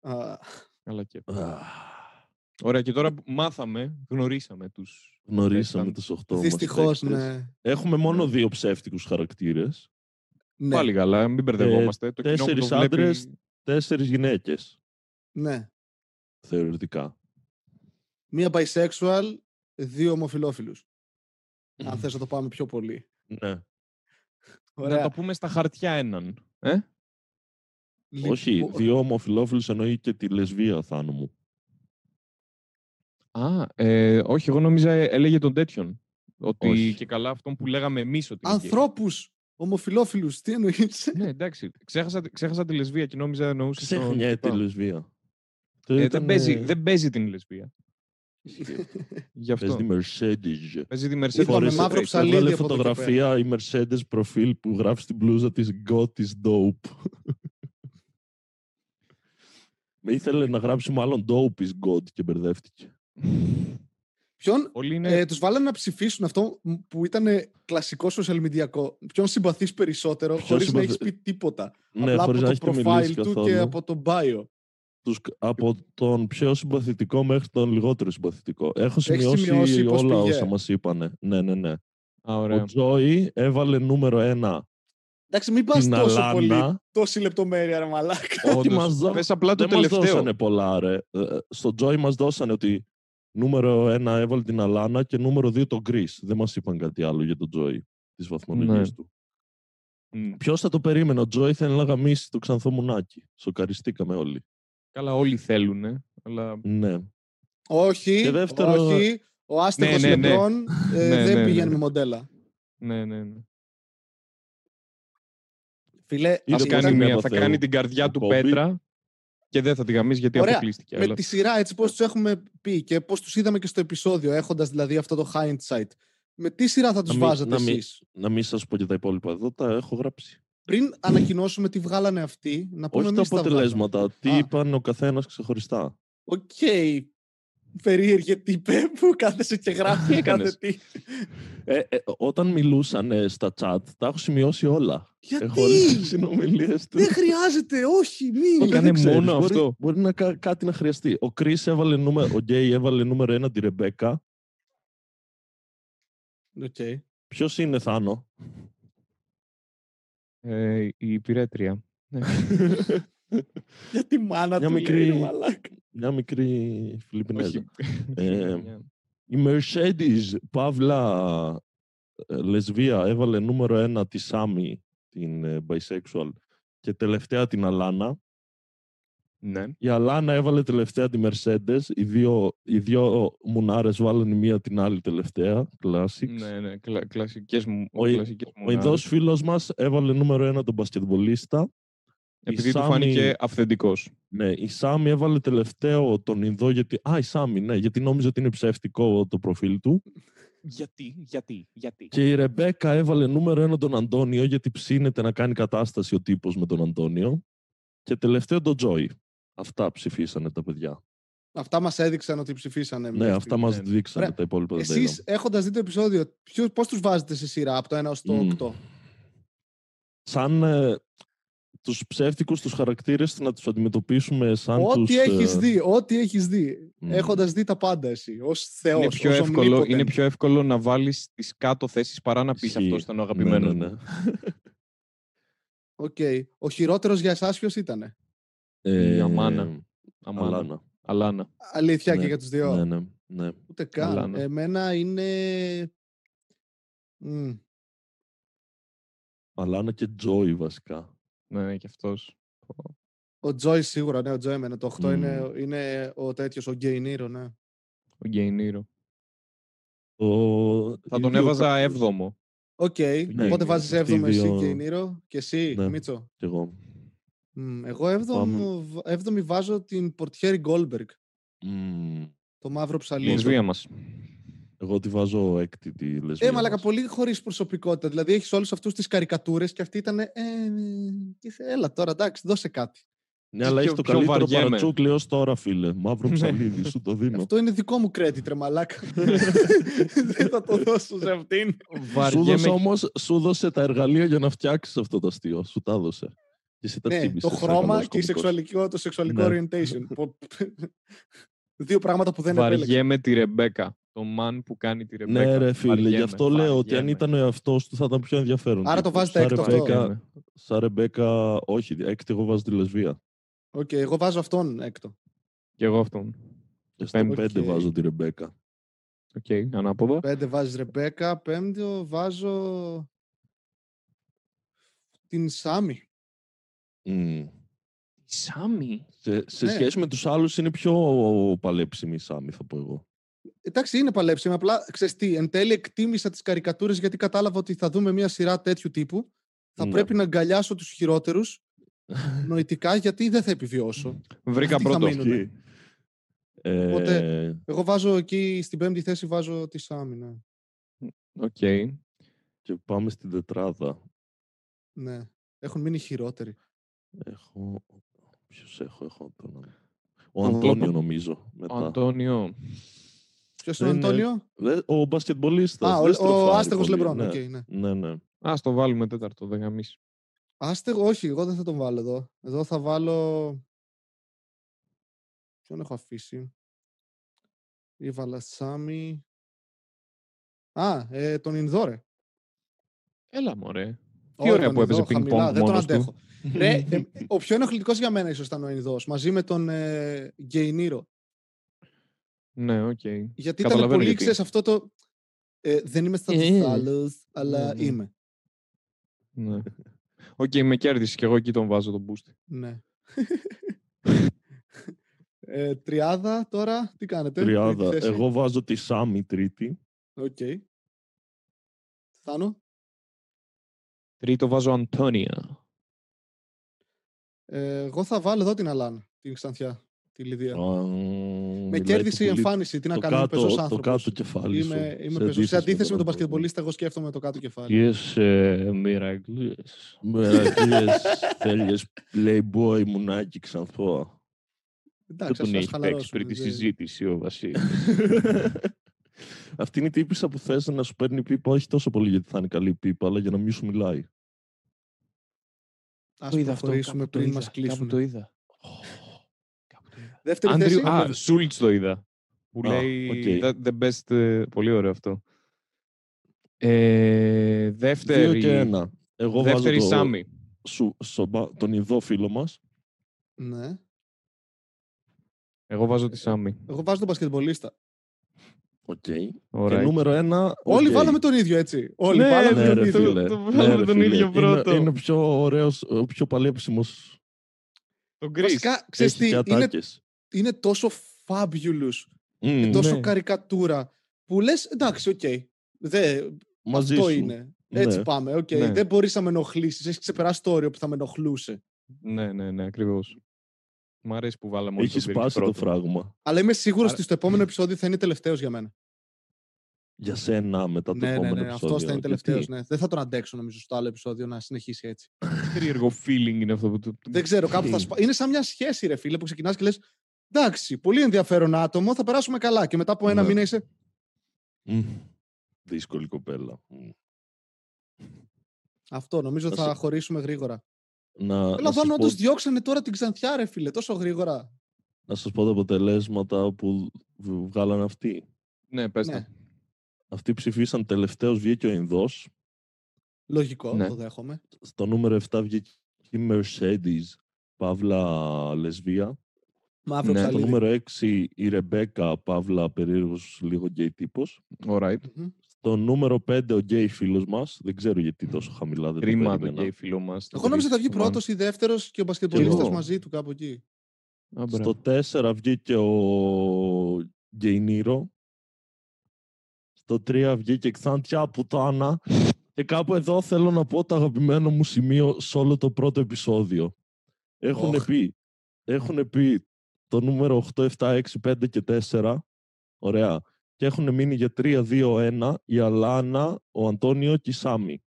Speaker 3: Α,
Speaker 2: Αλλά και.
Speaker 1: Α,
Speaker 2: Ωραία, και τώρα που μάθαμε, γνωρίσαμε τους.
Speaker 1: Γνωρίσαμε
Speaker 2: Ήταν-
Speaker 1: του 8 μας
Speaker 3: δυστυχώς,
Speaker 1: παίκτες.
Speaker 3: ναι.
Speaker 1: Έχουμε μόνο δύο ψεύτικους χαρακτήρες.
Speaker 3: Ναι,
Speaker 2: Πάλι καλά, μην μπερδευόμαστε. το κοινό που το
Speaker 1: Ε, τέσσερις
Speaker 2: βλέπει-
Speaker 1: άντρες. Τέσσερις γυναίκες,
Speaker 3: ναι.
Speaker 1: θεωρητικά.
Speaker 3: Μία bisexual, δύο ομοφιλόφιλους. Αν θες να το πάμε πιο πολύ.
Speaker 1: Ναι.
Speaker 2: Να τα
Speaker 3: Ωραία.
Speaker 2: πούμε στα χαρτιά έναν. Ε?
Speaker 3: Λοιπόν,
Speaker 1: Όχι, δύο ομοφυλόφιλους εννοεί και τη λεσβία θάνου μου.
Speaker 2: Α, ε, όχι, εγώ νόμιζα ε, έλεγε τον τέτοιον. Ότι
Speaker 1: Όχι.
Speaker 2: και καλά αυτόν που λέγαμε εμείς ότι. είναι γκέι.
Speaker 3: Ανθρώπους ομοφιλόφιλους, τι εννοείς.
Speaker 2: Ναι, εντάξει. Ξέχασα, ξέχασα τη λεσβία και νόμιζα εννοούσες. τον
Speaker 1: Ξέχνια
Speaker 2: τυπά.
Speaker 1: ναι, τη ναι. λεσβία.
Speaker 2: Ε, δεν, παίζει, δεν παίζει την λεσβία. Γι'
Speaker 1: Πες
Speaker 2: αυτό.
Speaker 1: τη Mercedes.
Speaker 2: Παίζει τη
Speaker 1: Που
Speaker 2: Mercedes.
Speaker 3: Είπαμε
Speaker 1: φορέσε-
Speaker 3: μαύρο
Speaker 2: Mercedes.
Speaker 3: ψαλίδι
Speaker 1: Έβγαλε
Speaker 3: από εδώ και
Speaker 1: φωτογραφία η Mercedes προφίλ που γράφει στην μπλούζα της God is dope. Με ήθελε να γράψει μάλλον dope is God και μπερδεύτηκε.
Speaker 3: Ποιον
Speaker 2: Όλοι είναι.
Speaker 3: ε, τους βάλανε να ψηφίσουν αυτό που ήταν κλασικό social media. Ποιον συμπαθείς περισσότερο,
Speaker 1: Ποιον
Speaker 3: χωρίς
Speaker 1: συμπαθεί-
Speaker 3: να έχεις πει τίποτα.
Speaker 1: Ναι,
Speaker 3: Απλά
Speaker 1: χωρίς να
Speaker 3: από
Speaker 1: έχετε
Speaker 3: το
Speaker 1: μιλήσεις
Speaker 3: profile του και
Speaker 1: καθόλου.
Speaker 3: από το bio.
Speaker 1: Τους, από τον πιο συμπαθητικό μέχρι τον λιγότερο συμπαθητικό. Έχω σημειώσει,
Speaker 3: σημειώσει πώς
Speaker 1: όλα
Speaker 3: πήγε.
Speaker 1: όσα μας είπανε. Ναι, ναι, ναι.
Speaker 2: Α,
Speaker 1: Ο
Speaker 2: ωραία.
Speaker 1: Τζόι έβαλε νούμερο ένα
Speaker 3: Εντάξει, μην πας
Speaker 1: την
Speaker 3: τόσο πολύ,
Speaker 1: Αλάνα.
Speaker 3: τόση λεπτομέρεια, ρε μαλάκα.
Speaker 1: Ό,τι
Speaker 2: Όντως,
Speaker 1: μας δώ-
Speaker 2: Πες απλά το
Speaker 1: Δεν μας
Speaker 2: τελευταίο.
Speaker 1: δώσανε πολλά, ρε. Ε, ε, Στο Joy μας δώσανε ότι νούμερο ένα έβαλε την Αλάνα και νούμερο δύο τον Chris. Δεν μας είπαν κάτι άλλο για τον Joy, τις βαθμολογίες
Speaker 2: Ναι.
Speaker 1: του.
Speaker 2: Μμ,
Speaker 1: Ποιος θα το περίμενε, ο Joy θέλει να γαμίσει το ξανθό μουνάκι. Σοκαριστήκαμε όλοι.
Speaker 2: Καλά, όλοι θέλουν. Αλλά...
Speaker 1: Ναι.
Speaker 3: Όχι,
Speaker 1: Και δεύτερο-
Speaker 3: όχι. Ο άστεγος
Speaker 2: Ναι, ναι, ναι.
Speaker 3: Λεμπρόν ε,
Speaker 2: Ναι,
Speaker 3: δεν
Speaker 2: ναι,
Speaker 3: πήγαινε
Speaker 2: ναι.
Speaker 3: με μοντέλα.
Speaker 2: Ναι, ναι, ναι.
Speaker 3: Φιλέ,
Speaker 1: Είδε
Speaker 2: Θα
Speaker 3: ήταν-
Speaker 1: πώς
Speaker 2: κάνει,
Speaker 1: είναι
Speaker 2: μία,
Speaker 1: από
Speaker 2: θα
Speaker 1: Θεού.
Speaker 2: κάνει την καρδιά
Speaker 1: Ο
Speaker 2: του
Speaker 1: Κόμπι.
Speaker 2: Πέτρα και δεν θα τη γαμίσει γιατί
Speaker 3: Ωραία.
Speaker 2: αποκλείστηκε.
Speaker 3: με
Speaker 2: αλλά-
Speaker 3: τη σειρά έτσι πώς τους έχουμε πει και πώς τους είδαμε και στο επεισόδιο έχοντας δηλαδή αυτό το hindsight. Με τι σειρά θα τους
Speaker 1: μην-
Speaker 3: βάζατε
Speaker 1: να μην-
Speaker 3: εσείς.
Speaker 1: Να μην σας πω και τα υπόλοιπα εδώ, τα έχω γράψει.
Speaker 3: Πριν ανακοινώσουμε τι βγάλανε αυτοί, να πούμε
Speaker 1: Όχι τα
Speaker 3: εμείς τα
Speaker 1: αποτελέσματα, τι
Speaker 3: Α.
Speaker 1: είπαν ο καθένας ξεχωριστά.
Speaker 3: Οκ. Περίεργε τύπε που κάθεσαι και γράφει κάθε
Speaker 2: έκανες?
Speaker 3: τι.
Speaker 1: Ε, ε, όταν μιλούσαν στα chat, τα έχω σημειώσει όλα. Έχω όλες τις
Speaker 3: Γιατί
Speaker 1: συνομιλίες του.
Speaker 3: Ε, δεν χρειάζεται, όχι, μην.
Speaker 2: Έκανε
Speaker 1: Έκανε μόνο
Speaker 2: μόνο
Speaker 1: μπορεί,
Speaker 2: αυτό.
Speaker 1: Μπορεί να κα- κάτι να χρειαστεί. Ο Κρι έβαλε νούμερο, ο Γκέι έβαλε νούμερο ένα τη Ρεμπέκα.
Speaker 3: Οκ.
Speaker 1: Ποιος είναι Θάνο.
Speaker 2: Ε, η υπηρέτρια.
Speaker 3: Για τη μάνα
Speaker 1: Μια
Speaker 3: του
Speaker 1: μικρή-
Speaker 3: λέει, ρε μαλάκα.
Speaker 1: Μια μικρή Φιλιππινέζα.
Speaker 2: Όχι.
Speaker 1: Ναι, Ε, Η Mercedes Παύλα ε, Λεσβία έβαλε νούμερο ένα τη Σάμι, την ε, bisexual. Και τελευταία την Αλάνα.
Speaker 2: ναι.
Speaker 1: Η Αλάνα έβαλε τελευταία τη Mercedes. Οι δύο, οι δύο μουνάρες βάλανε μία την άλλη τελευταία. Classics.
Speaker 2: Ναι, ναι, κλα, κλασικές μου.
Speaker 1: Ο Ι-
Speaker 2: κλασικές
Speaker 1: Ο Ινδό φίλος μας έβαλε νούμερο ένα τον μπασκετμπολίστα. Η
Speaker 2: Επειδή του
Speaker 1: Σάμι-
Speaker 2: φάνηκε αυθεντικός.
Speaker 1: Ναι, η Σάμι έβαλε τελευταίο τον Ινδό γιατί. Α, η Σάμι, ναι, γιατί νόμιζε ότι είναι ψεύτικο το προφίλ του.
Speaker 2: Γιατί, γιατί, γιατί.
Speaker 1: Και η Ρεμπέκα έβαλε νούμερο ένα τον Αντώνιο γιατί ψήνεται να κάνει κατάσταση ο τύπος με τον Αντώνιο. Και τελευταίο τον Τζόι. Αυτά ψηφίσανε τα παιδιά.
Speaker 3: Αυτά μας έδειξαν ότι ψηφίσανε.
Speaker 1: Ναι,
Speaker 3: μέχρι
Speaker 1: αυτά
Speaker 3: στιγμής.
Speaker 1: μας
Speaker 2: ναι.
Speaker 1: δείξανε
Speaker 3: Ρε,
Speaker 1: τα υπόλοιπα. δεν τα
Speaker 3: Εσείς έχοντας δει το επεισόδιο, ποιος, πώς τους βάζετε σε σειρά από το 1 ως το
Speaker 1: Μμμ.
Speaker 3: 8.
Speaker 1: σαν ε, τους ψεύτικους τους χαρακτήρες να τους αντιμετωπίσουμε σαν
Speaker 3: ό,τι
Speaker 1: τους... ε,
Speaker 3: έχεις δει, ό,τι έχεις δει.
Speaker 1: μμ.
Speaker 3: Έχοντας δει τα πάντα εσύ, ως θεός,
Speaker 2: Είναι πιο,
Speaker 3: ως
Speaker 2: εύκολο,
Speaker 3: omnipotent.
Speaker 2: είναι πιο εύκολο να βάλεις τις κάτω θέσεις παρά να πεις
Speaker 1: Ισχύει.
Speaker 2: αυτό ήταν ο
Speaker 1: Ναι, ναι,
Speaker 2: αγαπημένος.
Speaker 1: ναι.
Speaker 2: μου.
Speaker 3: Οκ. Ο χειρότερος για εσάς ποιος ήταν.
Speaker 1: Ε,
Speaker 2: Η Αμάνα. Αμάνα. Αλάνα.
Speaker 1: Αλάνα.
Speaker 3: Αλήθεια
Speaker 1: Ναι,
Speaker 3: και για τους δύο.
Speaker 1: Ναι, ναι, ναι.
Speaker 3: Ούτε καν.
Speaker 2: Καλά, ναι.
Speaker 3: Εμένα είναι... Μμ.
Speaker 1: Αλάνα και Τζόι βασικά.
Speaker 2: Ναι, ναι, και αυτός.
Speaker 3: Ο Τζόι σίγουρα, ναι, ο Τζόι εμένα. Το 8
Speaker 1: Μμ.
Speaker 3: είναι, είναι ο τέτοιος, ο Γκέινίρο, ναι.
Speaker 2: Ο Γκέινίρο.
Speaker 1: Το...
Speaker 2: Θα
Speaker 1: οι
Speaker 2: τον
Speaker 1: δύο
Speaker 2: έβαζα
Speaker 1: κα-
Speaker 2: έβδομο.
Speaker 3: Οκ.
Speaker 1: Ναι,
Speaker 3: Οπότε
Speaker 1: ναι,
Speaker 3: βάζεις
Speaker 1: αυτοί οι
Speaker 3: 7ο εσύ,
Speaker 1: δύο-
Speaker 3: Γκέινίρο, και εσύ,
Speaker 1: Ναι.
Speaker 3: Μίτσο.
Speaker 1: Κι εγώ.
Speaker 3: Μμ, Εγώ έβδομο, β- έβδομη βάζω την Πορτιέρη Γκόλμπεργκ,
Speaker 1: Μμμ.
Speaker 3: το μαύρο ψαλίδι.
Speaker 2: Λεσβία μας.
Speaker 1: Εγώ τη βάζω έκτη τη λεσβία.
Speaker 3: Ε, μαλακα,
Speaker 1: μας.
Speaker 3: πολύ χωρίς προσωπικότητα. Δηλαδή, έχεις όλους αυτούς τις καρικατούρες και αυτή ήταν. Ε, ε, και είσαι, έλα τώρα, εντάξει, δώσε κάτι.
Speaker 1: Ναι, αλλά
Speaker 2: πιο-
Speaker 1: έχει το
Speaker 2: πιο
Speaker 1: καλύτερο
Speaker 2: βαριέμαι.
Speaker 1: παρατσούκλι ω τώρα, φίλε.
Speaker 3: Ναι.
Speaker 1: Μαύρο ψαλίδι, σου το δίνω.
Speaker 3: Αυτό είναι δικό μου credit, ρε μαλάκα. Δεν θα το δώσω σε αυτήν.
Speaker 1: Σου δώσε
Speaker 2: Βαριέμαι.
Speaker 1: όμως, σου δώσε τα εργαλεία για να φτιάξεις αυτό το αστείο. Σου τα δώσε. Και εσύ τα
Speaker 3: ναι,
Speaker 1: χτύπησες
Speaker 3: το
Speaker 1: σαν
Speaker 3: χρώμα
Speaker 1: καλός
Speaker 3: και η
Speaker 1: κωμικός.
Speaker 3: σεξουαλικό, το
Speaker 1: Ναι.
Speaker 3: σεξουαλικό orientation. Πο- Δύο πράγματα που δεν επέλεξα.
Speaker 2: Βαριέμαι τη Ρεμπέκα. Το man που κάνει τη Ρεμπέκα.
Speaker 1: Ναι, ρε φίλε, γι'
Speaker 2: Βαριέμαι,
Speaker 1: αυτό λέω ότι αν
Speaker 2: βαριέμαι.
Speaker 1: ήταν ο εαυτός του θα ήταν πιο ενδιαφέρον.
Speaker 3: Άρα το
Speaker 1: Τύπου,
Speaker 3: βάζετε
Speaker 1: σαν
Speaker 3: έκτο αυτό. ναι.
Speaker 1: Ρεμπέκα- Σαν Ρεμπέκα, όχι, έκτη εγώ βάζω τη λεσβία.
Speaker 3: Οκ, εγώ βάζω αυτόν έκτο.
Speaker 2: Και εγώ αυτόν.
Speaker 1: Και Στην
Speaker 2: Οκ.
Speaker 1: πέντε βάζω τη Ρεμπέκα.
Speaker 2: Οκ, ανάποδα.
Speaker 3: Πέντε βάζεις Ρεμπέκα, πέμπτο βάζω την Σάμι.
Speaker 1: Μμμ.
Speaker 2: Η Σάμι.
Speaker 1: Σε, σε
Speaker 3: Ναι.
Speaker 1: σχέση με τους άλλους είναι πιο παλέψιμη η Σάμι, θα πω εγώ.
Speaker 3: Εντάξει, είναι παλέψιμη. Απλά ξέρεις τι, εν τέλει εκτίμησα τις καρικατούρες γιατί κατάλαβα ότι θα δούμε μια σειρά τέτοιου τύπου. Θα
Speaker 1: Ναι.
Speaker 3: πρέπει να αγκαλιάσω τους χειρότερους νοητικά γιατί δεν θα επιβιώσω.
Speaker 2: Βρήκα
Speaker 3: Αυτοί θα
Speaker 2: πρώτο.
Speaker 3: μείνουν.
Speaker 1: Οκ. Ε,
Speaker 3: Οπότε- Εγώ βάζω εκεί στην πέμπτη θέση βάζω τη ναι. Σάμινα.
Speaker 2: Οκ.
Speaker 1: Και πάμε στην τετράδα.
Speaker 3: Ναι. Έχουν μείνει χειρότεροι.
Speaker 1: Έχω. Ποιο έχω, έχω τον. Ο
Speaker 2: Τον
Speaker 1: Αντώνιο,
Speaker 2: Αντώνιο.
Speaker 1: νομίζω.
Speaker 2: Ο
Speaker 1: Μετά.
Speaker 2: Αντώνιο.
Speaker 3: Ποιο
Speaker 1: Δεν
Speaker 3: είναι ο
Speaker 1: είναι-
Speaker 3: Αντώνιο?
Speaker 1: Δε- Ο μπασκετμπολίστας.
Speaker 3: Α,
Speaker 1: δεν
Speaker 3: ο, ο
Speaker 1: στροφάρει
Speaker 3: άστεγο
Speaker 1: πολύ.
Speaker 3: Λεμπρόν.
Speaker 1: Ναι.
Speaker 3: οκ, ναι.
Speaker 1: ναι, ναι.
Speaker 2: Ας το βάλουμε τέταρτο, δεν γαμίσει.
Speaker 3: Άστεγο, όχι, εγώ δεν θα τον βάλω εδώ. Εδώ θα βάλω. Ποιον έχω αφήσει. Ήβαλα Σάμι. Α, ε, τον Ινδόρε.
Speaker 2: Έλα μωρέ. Τι
Speaker 3: Ωραία,
Speaker 2: ωραία
Speaker 3: τον
Speaker 2: που έπαιζε
Speaker 3: Ινδό,
Speaker 2: πινκ
Speaker 3: χαμηλά,
Speaker 2: πονγκ
Speaker 3: Δεν τον
Speaker 2: μόνος του.
Speaker 3: αντέχω. Ρε, ε, ο πιο ενοχλητικός για μένα ίσως ήταν ο Ινδό μαζί με τον ε, Γκεϊνίρο.
Speaker 2: Ναι, οκ.
Speaker 3: Γιατί ήταν
Speaker 2: Καταλαβαίνω
Speaker 3: πολύ,
Speaker 2: γιατί.
Speaker 3: ξέρεις αυτό το. Ε, δεν είμαι στα
Speaker 2: Ε,
Speaker 3: άλλου, αλλά
Speaker 2: ναι.
Speaker 3: είμαι.
Speaker 2: Ναι. Οκ, με κέρδισες και εγώ εκεί τον βάζω τον boost.
Speaker 3: Ναι. ε, τριάδα τώρα, τι κάνετε.
Speaker 1: Τριάδα.
Speaker 3: τρίτη θέση.
Speaker 1: Εγώ βάζω τη Σάμι τρίτη.
Speaker 3: Οκ. Θάνο.
Speaker 2: Τρίτο βάζω Αντώνια.
Speaker 3: Ε, εγώ θα βάλω εδώ την Αλάν, την Ξανθιά, τη Λιδία.
Speaker 1: Α,
Speaker 3: Ε. Με
Speaker 1: μιλάει
Speaker 3: κέρδισε η
Speaker 1: το πουλί-
Speaker 3: εμφάνιση. Τι να
Speaker 1: το
Speaker 3: κάνουμε,
Speaker 1: κάτω-
Speaker 3: παίζω ως
Speaker 1: το
Speaker 3: άνθρωπος.
Speaker 1: κάτω κεφάλι σου.
Speaker 3: Είμαι, είμαι
Speaker 1: Σε
Speaker 3: πεζός. Σε αντίθεση με
Speaker 1: μπασκετμπολίστα.
Speaker 3: τον πασκετμπολίστα, εγώ σκέφτομαι το κάτω κεφάλι.
Speaker 4: Yes, uh, miracles.
Speaker 1: Μερακλείες, τέλειες, playboy, μουνάκι, ξανθό.
Speaker 4: Δεν
Speaker 3: Εντάξει,
Speaker 4: τον
Speaker 3: ας- ας
Speaker 4: έχει παίξει
Speaker 3: χαλαρώσουμε,
Speaker 4: πριν τη
Speaker 3: δεν-
Speaker 4: συζήτηση ο Βασίλης.
Speaker 1: Αυτή είναι η τύπησα που θες να σου παίρνει πίπα, όχι τόσο πολύ γιατί θα είναι καλή πίπα, αλλά για να μην σου μιλάει.
Speaker 3: Ας προχωρήσουμε πριν μας κλείσουν.
Speaker 4: είδα.
Speaker 3: Δεύτερη θέση.
Speaker 2: Άντριου, α, Σούλτ το είδα. Που
Speaker 1: Α,
Speaker 2: λέει
Speaker 1: οκ.
Speaker 2: that the best. ε, Πολύ ωραίο αυτό. Ε, δεύτερη.
Speaker 1: Δύο και ένα. Εγώ βάζω
Speaker 2: Δεύτερη
Speaker 1: το,
Speaker 2: Σάμι.
Speaker 1: σου, σομπα- τον ειδό φίλο μας.
Speaker 3: Ναι.
Speaker 2: Εγώ βάζω τη
Speaker 1: Ε,
Speaker 2: Σάμι.
Speaker 3: Εγώ βάζω τον πασκετμπολίστα.
Speaker 1: Οκ. Και
Speaker 2: Ωραία.
Speaker 1: νούμερο ένα.
Speaker 3: Όλοι
Speaker 1: οκ.
Speaker 3: βάλαμε τον ίδιο, έτσι. Όλοι
Speaker 2: Ναι,
Speaker 3: βάλαμε
Speaker 1: Ναι,
Speaker 3: τον
Speaker 1: ρε,
Speaker 3: ίδιο.
Speaker 1: φίλε.
Speaker 2: Το
Speaker 1: Ναι,
Speaker 2: βάλαμε
Speaker 1: ρε,
Speaker 2: τον
Speaker 1: φίλε.
Speaker 2: ίδιο
Speaker 1: Είναι-
Speaker 2: πρώτο.
Speaker 1: Είναι, πιο ωραίος, ε, πιο παλέψιμος.
Speaker 2: Τον Γκρι.
Speaker 3: Βασικά, ξέρεις
Speaker 1: Έχει
Speaker 3: τι,
Speaker 1: και
Speaker 3: είναι,
Speaker 1: ατάκες.
Speaker 3: είναι τόσο fabulous
Speaker 1: Μμμ,
Speaker 3: και τόσο
Speaker 2: ναι.
Speaker 3: καρικατούρα που λες, εντάξει, οκ. Δε,
Speaker 1: μαζί
Speaker 3: αυτό
Speaker 1: σου.
Speaker 3: είναι. Έτσι
Speaker 1: Ναι.
Speaker 3: πάμε, οκ.
Speaker 2: Ναι.
Speaker 3: Δεν μπορείς να με ενοχλήσεις. Έχεις ξεπεράσει το όριο που θα με ενοχλούσε.
Speaker 2: Ναι, ναι, ναι, ακριβώς. Μ' αρέσει που βάλαμε όλοι
Speaker 1: Έχει
Speaker 2: τον Γκρι
Speaker 1: σπάσει το
Speaker 2: πρώτο.
Speaker 1: φράγμα.
Speaker 3: Αλλά είμαι σίγουρος
Speaker 2: Άρα-
Speaker 3: ότι στο επόμενο επεισόδιο θα είναι τελευταίος για μένα.
Speaker 1: Για σένα μετά το
Speaker 3: ναι, ναι,
Speaker 1: επόμενο
Speaker 3: ναι.
Speaker 1: επεισόδιο.
Speaker 3: Αυτός θα είναι
Speaker 1: Γιατί
Speaker 3: τελευταίος, ναι. Δεν θα τον αντέξω νομίζω στο άλλο επεισόδιο να συνεχίσει έτσι.
Speaker 2: Περίεργο feeling είναι αυτό που του.
Speaker 3: Δεν ξέρω, κάπου θα
Speaker 1: Τι.
Speaker 3: σπα... Είναι σαν μια σχέση, ρε φίλε, που ξεκινάς και λες. Εντάξει, πολύ ενδιαφέρον άτομο, θα περάσουμε καλά. Και μετά από ένα
Speaker 1: Ναι.
Speaker 3: μήνα είσαι. ναι.
Speaker 1: Μμμ. Δύσκολη κοπέλα. Μμμ.
Speaker 3: Αυτό νομίζω
Speaker 1: Θα
Speaker 3: θα
Speaker 1: σε-
Speaker 3: χωρίσουμε γρήγορα.
Speaker 1: Να,
Speaker 3: Έλα
Speaker 1: να, σας
Speaker 3: πάνω να
Speaker 1: πω,
Speaker 3: του διώξανε τώρα την ξανθιά, ρε φίλε, τόσο γρήγορα.
Speaker 1: να σας πω τα αποτελέσματα που β- βγάλαν αυτοί.
Speaker 2: Ναι, πες
Speaker 3: Ναι.
Speaker 2: τα.
Speaker 1: Αυτοί ψηφίσαν τελευταίος βγήκε ο Ινδός.
Speaker 3: Λογικό,
Speaker 2: Ναι.
Speaker 3: το δέχομαι.
Speaker 1: Στο νούμερο 7 βγήκε η Mercedes, παύλα λεσβία.
Speaker 3: Μαύρο
Speaker 2: Ναι, το
Speaker 1: Στο
Speaker 3: ψαλίδι.
Speaker 1: νούμερο 6 η Ρεμπέκα, παύλα περίεργος λίγο γκέι τύπος.
Speaker 2: Alright.
Speaker 3: Μμμ.
Speaker 1: Στο νούμερο 5 ο γκέι φίλος μας. Δεν ξέρω γιατί τόσο χαμηλά δεν το
Speaker 2: Κρίμα το
Speaker 1: περίμενα.
Speaker 2: γκέι φίλο μας.
Speaker 3: Εγώ νόμιζα θα βγει
Speaker 2: Λοιπόν.
Speaker 3: πρώτος ή δεύτερος και ο μπασκετμπολίστας
Speaker 1: εγώ.
Speaker 3: μαζί του κάπου εκεί.
Speaker 1: Στο 4 βγήκε ο Γκέινίρο. Στο 3 βγήκε η Ξάντια Πουτάνα. Και κάπου εδώ θέλω να πω το αγαπημένο μου σημείο σε όλο το πρώτο επεισόδιο. Έχουν
Speaker 3: Οχ.
Speaker 1: πει, έχουν πει το νούμερο 8, 7, 6, 5 και 4. Ωραία. και έχουν μείνει για 3-2-1 η Αλάνα, ο Αντώνιο και η Σάμι.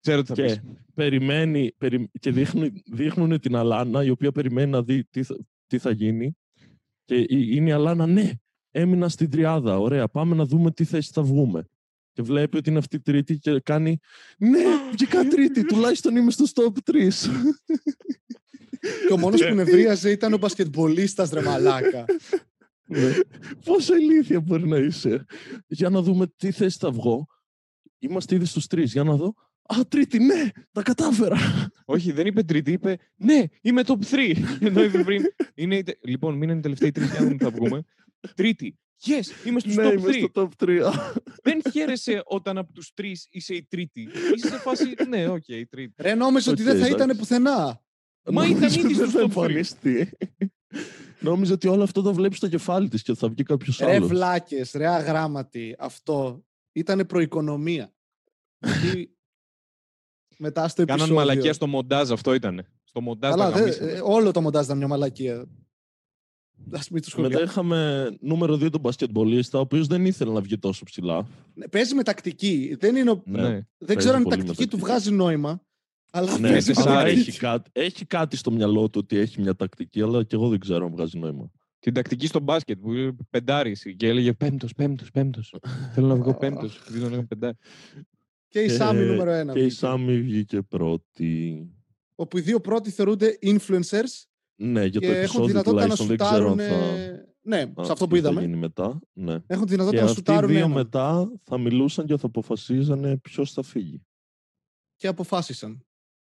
Speaker 2: Ξέρω τι θα
Speaker 1: Και-
Speaker 2: πεις.
Speaker 1: Περιμένει, περι- και δείχνουν, δείχνουν την Αλάνα, η οποία περιμένει να δει τι θα, τι θα γίνει. Και η- είναι η Αλάνα, ναι, έμεινα στην τριάδα. Ωραία, πάμε να δούμε τι θέση θα βγούμε. Και βλέπει ότι είναι αυτή η τρίτη και κάνει Ναι, βγήκα τρίτη, τουλάχιστον είμαι στο top 3.
Speaker 3: Και ο μόνος που νευρίαζε ήταν ο μπασκετμπολίστας ρε μαλάκα.
Speaker 1: Πόσο ηλίθεια μπορεί να είσαι. Για να δούμε τι θέση θα βγω. Είμαστε ήδη στους τρεις. Για να δω. Α, τρίτη, ναι, τα κατάφερα.
Speaker 2: Όχι, δεν είπε τρίτη, είπε ναι, είμαι top 3. Ενώ είπε πριν. Είναι, η τε- λοιπόν, μην είναι η τελευταία η τρίτη, αν θα βγούμε. Τρίτη. Yes, είμαι στους
Speaker 1: ναι,
Speaker 2: top 3.
Speaker 1: είμαι στο top 3.
Speaker 2: Δεν χαίρεσαι όταν από τους τρεις είσαι η τρίτη. Είσαι σε φάση, ναι, οκ, η τρίτη.
Speaker 3: Ρε νόμιζε ότι δεν
Speaker 1: Οκ,
Speaker 3: θα ήταν
Speaker 1: εντάξει.
Speaker 3: πουθενά.
Speaker 2: Μα ήταν
Speaker 1: Νόμιζα δεν
Speaker 2: ήδη στους
Speaker 1: θα
Speaker 2: top three.
Speaker 1: εμφανιστεί. Νόμιζα ότι όλο αυτό το βλέπει στο κεφάλι της και θα βγει κάποιος
Speaker 3: Ρε
Speaker 1: άλλος.
Speaker 3: βλάκες, ρε αγράμματοι. Αυτό ήταν προοικονομία. Γιατί μετά στο επεισόδιο.
Speaker 2: Κάναν μαλακία στο μοντάζ, αυτό ήταν. Στο μοντάζ
Speaker 3: Καλά,
Speaker 2: τα
Speaker 3: δε-
Speaker 2: γαμίσαμε.
Speaker 3: ε, όλο το μοντάζ ήταν μια μαλακία. Ας μην του
Speaker 1: Μετά είχαμε νούμερο 2 τον μπασκετμπολίστα, ο οποίος δεν ήθελε να βγει τόσο ψηλά.
Speaker 3: Ναι, Παίζει με τακτική. Δεν, είναι, ο-
Speaker 2: Ναι.
Speaker 3: δεν
Speaker 1: παίζει
Speaker 3: ξέρω αν η
Speaker 1: πολύ με
Speaker 3: τακτική του
Speaker 1: τακτική.
Speaker 3: βγάζει νόημα. Αλλά
Speaker 1: Ναι,
Speaker 2: Παίζει
Speaker 1: αλλά
Speaker 2: σάρι.
Speaker 1: έχει, κάτι, έχει κάτι στο μυαλό του ότι έχει μια τακτική, αλλά και εγώ δεν ξέρω αν βγάζει νόημα.
Speaker 2: Την τακτική στο μπάσκετ που είχε πεντάριση και έλεγε πέμπτος, πέμπτος, πέμπτος. Θέλω να βγω πέμπτος. Δεν τον έλεγα πεντάρι.
Speaker 3: και η
Speaker 1: Ε,
Speaker 3: Σάμι νούμερο ένα.
Speaker 1: Και η
Speaker 3: βγήκε.
Speaker 1: Σάμι βγήκε πρώτη.
Speaker 3: Όπου οι δύο πρώτοι θεωρούνται influencers
Speaker 1: Ναι, για
Speaker 3: και
Speaker 1: το
Speaker 3: έχουν
Speaker 1: επεισόδιο
Speaker 3: δυνατότητα να
Speaker 1: τουλάχιστον δεν ξέρω αν
Speaker 3: σουτάρουν.
Speaker 1: θα.
Speaker 3: ε, Ναι,
Speaker 1: αν-
Speaker 3: σε αυτό που
Speaker 1: τι θα
Speaker 3: είδαμε.
Speaker 1: γίνει μετά. Ναι.
Speaker 3: Έχουν τη
Speaker 1: Και
Speaker 3: δυνατότητα να
Speaker 1: αυτοί οι
Speaker 3: σουτάρουν.
Speaker 1: δύο
Speaker 3: έναν.
Speaker 1: μετά θα μιλούσαν και θα αποφασίζανε ποιος θα φύγει.
Speaker 3: Και αποφάσισαν.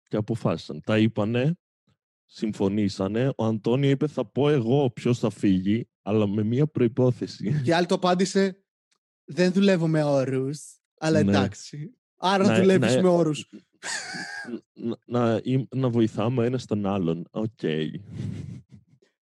Speaker 1: και αποφάσισαν. Τα είπανε, συμφωνήσανε. Ο Αντώνιο είπε θα πω εγώ ποιος θα φύγει, αλλά με μία προϋπόθεση.
Speaker 3: Και η άλλη το απάντησε. Δεν δουλεύω με όρους, αλλά
Speaker 1: Ναι.
Speaker 3: εντάξει. Άρα
Speaker 1: Ναι,
Speaker 3: δουλεύει
Speaker 1: ναι.
Speaker 3: με όρους.
Speaker 1: να, να, ή- να βοηθάμε ένας τον άλλον. Οκ.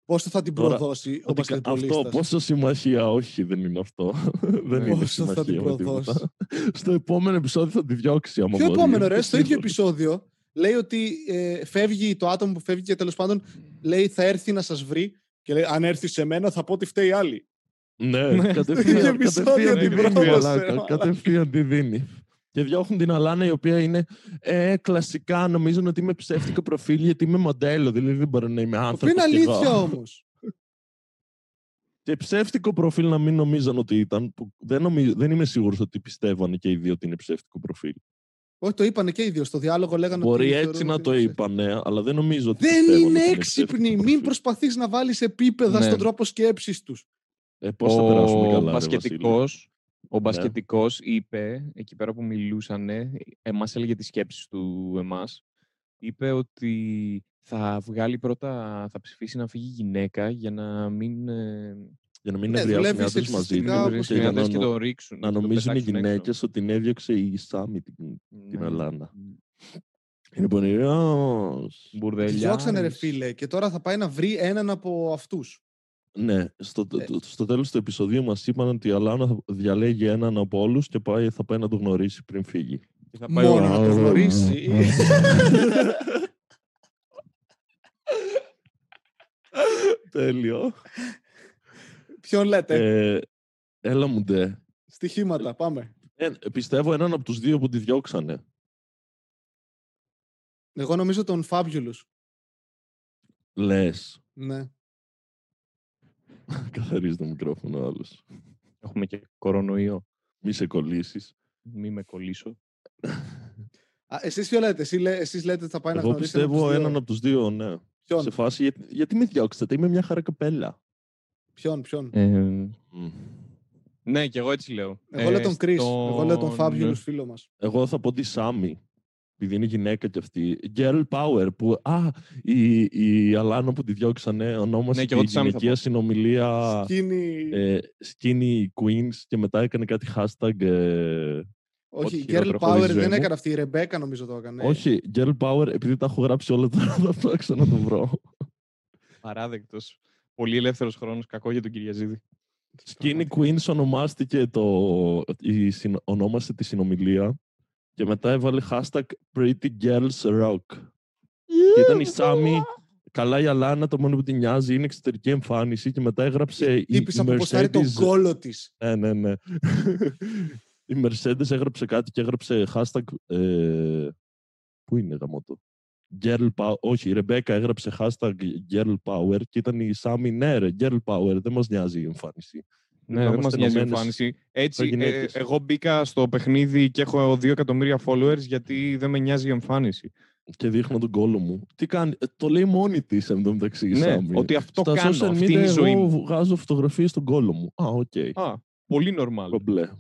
Speaker 3: Πόσο θα την
Speaker 1: Τώρα,
Speaker 3: προδώσει ο
Speaker 1: Ότι κα- Αυτό,
Speaker 3: μπασκετμπολίστας.
Speaker 1: πόσο συμμαχία, όχι, δεν είναι αυτό. δεν
Speaker 2: Ναι.
Speaker 1: είναι
Speaker 3: Πόσο θα την
Speaker 1: συμμαχία με τίποτα.
Speaker 3: προδώσει.
Speaker 1: Στο επόμενο επεισόδιο θα τη διώξει. άμα
Speaker 3: Ποιο
Speaker 1: μπορεί,
Speaker 3: επόμενο,
Speaker 1: είμαι
Speaker 3: ρε, στο ίδιο
Speaker 1: σίγουρος.
Speaker 3: επεισόδιο. Λέει ότι ε, φεύγει το άτομο που φεύγει και τέλος πάντων λέει θα έρθει να σας βρει. Και λέει, αν έρθει σε μένα, θα πω ότι φταίει η άλλη.
Speaker 1: Ναι,
Speaker 3: ίδιο
Speaker 1: κατευθείαν.
Speaker 3: επεισόδιο
Speaker 1: Κατευθείαν
Speaker 2: την
Speaker 1: τη δίνει.
Speaker 2: πρόδωσε,
Speaker 1: μαλάκα,
Speaker 3: ρε, μαλάκα.
Speaker 1: Κατευθείαν τη δίνει. Και διώχνουν την Αλάνα η οποία είναι ε, κλασικά νομίζουν ότι είμαι ψεύτικο προφίλ γιατί είμαι μοντέλο. Δηλαδή δεν μπορώ να είμαι
Speaker 3: Το
Speaker 1: άνθρωπο.
Speaker 3: οποίο είναι αλήθεια όμως.
Speaker 1: Και ψεύτικο προφίλ να μην νομίζαν ότι ήταν. Που δεν, νομι- δεν είμαι σίγουρος ότι πιστεύανε και οι δύο ότι είναι ψεύτικο προφίλ.
Speaker 3: Όχι, το είπανε και οι δύο. Στο διάλογο λέγανε ότι
Speaker 1: Μπορεί
Speaker 3: θεωρούν
Speaker 1: έτσι να
Speaker 3: ότι
Speaker 1: το
Speaker 3: είναι
Speaker 1: είπανε, αλλά δεν νομίζω ότι.
Speaker 3: Δεν
Speaker 1: πιστεύανε
Speaker 3: είναι
Speaker 1: ότι
Speaker 3: έξυπνοι.
Speaker 1: ψεύτικο
Speaker 3: Μην
Speaker 1: προφίλ.
Speaker 3: προσπαθείς να βάλεις επίπεδα
Speaker 2: Ναι.
Speaker 3: στον τρόπο σκέψης τους.
Speaker 1: Ε, Πώς θα περάσουμε καλά, ρε, Βασίλη. Ναι.
Speaker 2: μπασκετικός, ο μπασκετικός είπε, εκεί πέρα που μιλούσανε, ε, μας έλεγε τις σκέψεις του εμάς, είπε ότι θα βγάλει πρώτα, θα ψηφίσει να φύγει γυναίκα για να μην... ε,
Speaker 1: Για να μην
Speaker 3: Ναι,
Speaker 1: ευρεάζουν οι άντρες
Speaker 3: δουλεύει
Speaker 1: μαζί
Speaker 3: σελφιστικά,
Speaker 1: του.
Speaker 2: μην
Speaker 3: όπως
Speaker 2: βρεις
Speaker 1: και για
Speaker 2: άντρες
Speaker 1: να
Speaker 2: και
Speaker 1: νο-
Speaker 2: το ρίξουν.
Speaker 1: Να
Speaker 2: το
Speaker 1: νομίζουν οι
Speaker 2: πετάξουν έξω.
Speaker 1: γυναίκες ότι την έδιωξε η Σάμι την την
Speaker 2: Ναι.
Speaker 1: Αλάνα. Είναι πονηρός.
Speaker 3: Τη
Speaker 2: Μπουρδελιάρης.
Speaker 3: διώξανε, ρε φίλε, και τώρα θα πάει να βρει έναν από αυτούς.
Speaker 1: Ναι, στο, το-
Speaker 3: Ε.
Speaker 1: το- στο τέλος του επεισοδίου μας είπαν ότι η Αλάνα θα διαλέγει έναν από όλους και πάει, θα πάει να το γνωρίσει πριν φύγει.
Speaker 2: Και θα πάει ο-
Speaker 3: Μόνο να το
Speaker 1: Ω,
Speaker 3: γνωρίσει.
Speaker 1: Ναι. Τέλειο.
Speaker 3: Ποιον λέτε.
Speaker 1: ε, έλα μου ντε.
Speaker 3: Στοιχήματα, πάμε.
Speaker 1: Ε, πιστεύω έναν από τους δύο που τη διώξανε.
Speaker 3: Εγώ νομίζω τον Φάμπιουλου.
Speaker 1: Λες.
Speaker 3: Ναι.
Speaker 1: Καθαρίζει το μικρόφωνο ο άλλος.
Speaker 2: Έχουμε και κορονοϊό.
Speaker 1: Μη σε κολλήσεις.
Speaker 2: Μη με κολλήσω.
Speaker 3: Α, Εσείς ποιο λέτε, εσύ λέ- εσείς λέτε ότι θα πάει να
Speaker 1: Εγώ
Speaker 3: γνωρίσει έναν από
Speaker 1: πιστεύω
Speaker 3: τους δύο.
Speaker 1: έναν από τους δύο, ναι.
Speaker 3: Ποιον,
Speaker 1: Σε φάση, γιατί, γιατί με διώξατε, είμαι μια χαρακαπέλα.
Speaker 3: ποιον, ποιον.
Speaker 2: Ε,
Speaker 1: Μμ.
Speaker 2: ναι, και εγώ έτσι λέω.
Speaker 1: Ε,
Speaker 2: Ε,
Speaker 3: Εγώ λέω τον Κρι.
Speaker 2: Κρίς.
Speaker 3: Εγώ λέω τον Φάμπιουλου φίλο μας.
Speaker 1: Εγώ θα πω τη Σάμι. Επειδή είναι γυναίκα κι αυτή. Girl power που. Α, η, η Αλάνα που τη διώξανε ονόμασε
Speaker 2: Ναι, κι
Speaker 1: τη
Speaker 2: εγώ τη Σάμι θα
Speaker 1: γυναικεία
Speaker 2: πω.
Speaker 1: συνομιλία
Speaker 3: Σκίνη.
Speaker 1: ε, Skinny Queens και μετά έκανε κάτι hashtag. ε,
Speaker 3: Όχι,
Speaker 2: ό,τι
Speaker 3: η girl
Speaker 2: χειρότερο έχω δει
Speaker 3: power
Speaker 2: στη ζωή
Speaker 3: δεν
Speaker 2: μου.
Speaker 3: έκανε αυτή. Η Ρεμπέκα νομίζω το
Speaker 2: Ναι.
Speaker 3: έκανε.
Speaker 1: Όχι, girl power, επειδή τα έχω γράψει όλα τώρα, θα ψάξω να το βρω.
Speaker 2: Παράδεκτος. Πολύ ελεύθερος χρόνος. Κακό για τον Κυριαζίδη.
Speaker 1: Skinny Queens ονομάστηκε το. Η, συν- ονόμασε τη συνομιλία και μετά έβαλε hashtag Pretty Girls Rock. Και ήταν η Σάμι καλά η Αλάνα, το μόνο που την νοιάζει είναι εξωτερική εμφάνιση και μετά έγραψε Ε, η, η
Speaker 3: Τύπησα που ποστάρει τον
Speaker 1: Mercedes.
Speaker 3: κόλο της.
Speaker 1: Ναι, ναι, ναι. η Mercedes έγραψε κάτι και έγραψε hashtag. Ε, πού είναι γαμότο. Girl power. Όχι, η Ρεμπέκα έγραψε hashtag girl power και ήταν η Σάμι. Ναι, ρε, girl power. Δεν μας νοιάζει η εμφάνιση.
Speaker 2: Ναι, δεν μα
Speaker 1: Είμαστε
Speaker 2: νοιάζει η
Speaker 1: ενωμένες
Speaker 2: εμφάνιση. Έτσι,
Speaker 1: σαν
Speaker 2: ε,
Speaker 1: γυναίκες.
Speaker 2: εγώ μπήκα στο παιχνίδι και έχω 2 εκατομμύρια followers γιατί δεν με νοιάζει η εμφάνιση.
Speaker 1: Και δείχνω τον κόλλο μου. Τι κάνει. ε, Το λέει μόνη της εν τω μεταξύ. η
Speaker 2: ναι,
Speaker 1: Σάμι.
Speaker 2: ότι αυτό
Speaker 1: Στα
Speaker 2: κάνω.
Speaker 1: social
Speaker 2: Αυτή
Speaker 1: media
Speaker 2: είναι η ζωή
Speaker 1: εγώ
Speaker 2: μου.
Speaker 1: βγάζω φωτογραφίες στον κόλλο μου. Α, οκ.
Speaker 2: Α, δηλαδή- πολύ normal.
Speaker 1: Κομπλέ.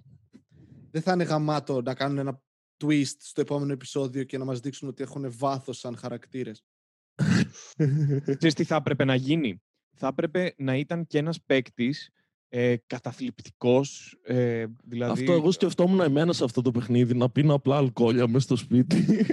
Speaker 3: Δεν θα είναι γαμάτο να κάνουν ένα twist στο επόμενο επεισόδιο και να μας δείξουν ότι έχουν βάθος σαν χαρακτήρες.
Speaker 2: Ξέρεις τι θα έπρεπε να γίνει. Θα έπρεπε να ήταν και ένας παίκτης ε, καταθλιπτικός. ε, δηλαδή...
Speaker 1: Αυτό εγώ σκεφτόμουν εμένα σε αυτό το παιχνίδι να πίνω απλά αλκοόλια μέσα στο σπίτι.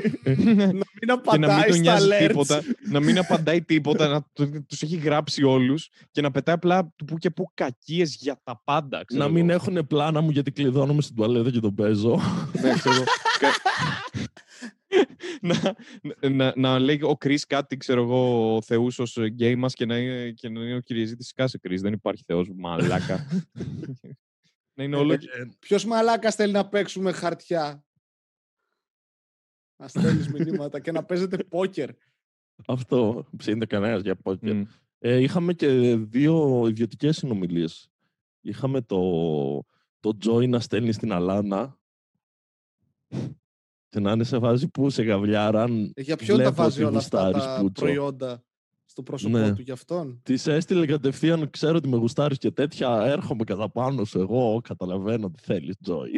Speaker 3: να μην
Speaker 2: και να μην
Speaker 3: απαντάει
Speaker 2: τον
Speaker 3: στα
Speaker 2: νοιάζει
Speaker 3: alerts.
Speaker 2: τίποτα, να μην απαντάει τίποτα, να του τους έχει γράψει όλους και να πετάει απλά του που και που κακίες για τα πάντα. ξέρω
Speaker 1: να
Speaker 2: εγώ.
Speaker 1: μην έχουν πλάνα μου γιατί κλειδώνομαι στην τουαλέτα και τον παίζω.
Speaker 2: Ναι, ξέρω εγώ. Κα- να, να, να λέει ο Κρι κάτι, ξέρω εγώ, ο Θεούς ως γκέι μας και, να είναι- και να είναι ο Κυριαζήτης. Κάσε Κρι, δεν υπάρχει Θεός, μαλάκα. να είναι
Speaker 1: Ε,
Speaker 2: όλο. και-
Speaker 3: Ποιος μαλάκας θέλει να παίξουμε χαρτιά. Να στέλνεις μηνύματα και να παίζετε πόκερ.
Speaker 1: Αυτό ψήνεται κανένας για πόκερ.
Speaker 2: Μμ.
Speaker 1: Ε, είχαμε και δύο ιδιωτικές συνομιλίες. Είχαμε το, το Τζόι να στέλνει στην Αλάνα και να είναι σε βάση που σε γαβλιάρα αν
Speaker 3: Ε, Για ποιον τα
Speaker 1: Βλέπω
Speaker 3: βάζει
Speaker 1: ότι
Speaker 3: όλα αυτά
Speaker 1: γουστάρεις,
Speaker 3: τα
Speaker 1: Πούτσο.
Speaker 3: προϊόντα στο πρόσωπό
Speaker 1: Ναι.
Speaker 3: του για αυτόν.
Speaker 1: Τη έστειλε κατευθείαν, ξέρω ότι με γουστάρεις και τέτοια. Έρχομαι κατά πάνω σου. Εγώ καταλαβαίνω τι θέλεις, Τζόι.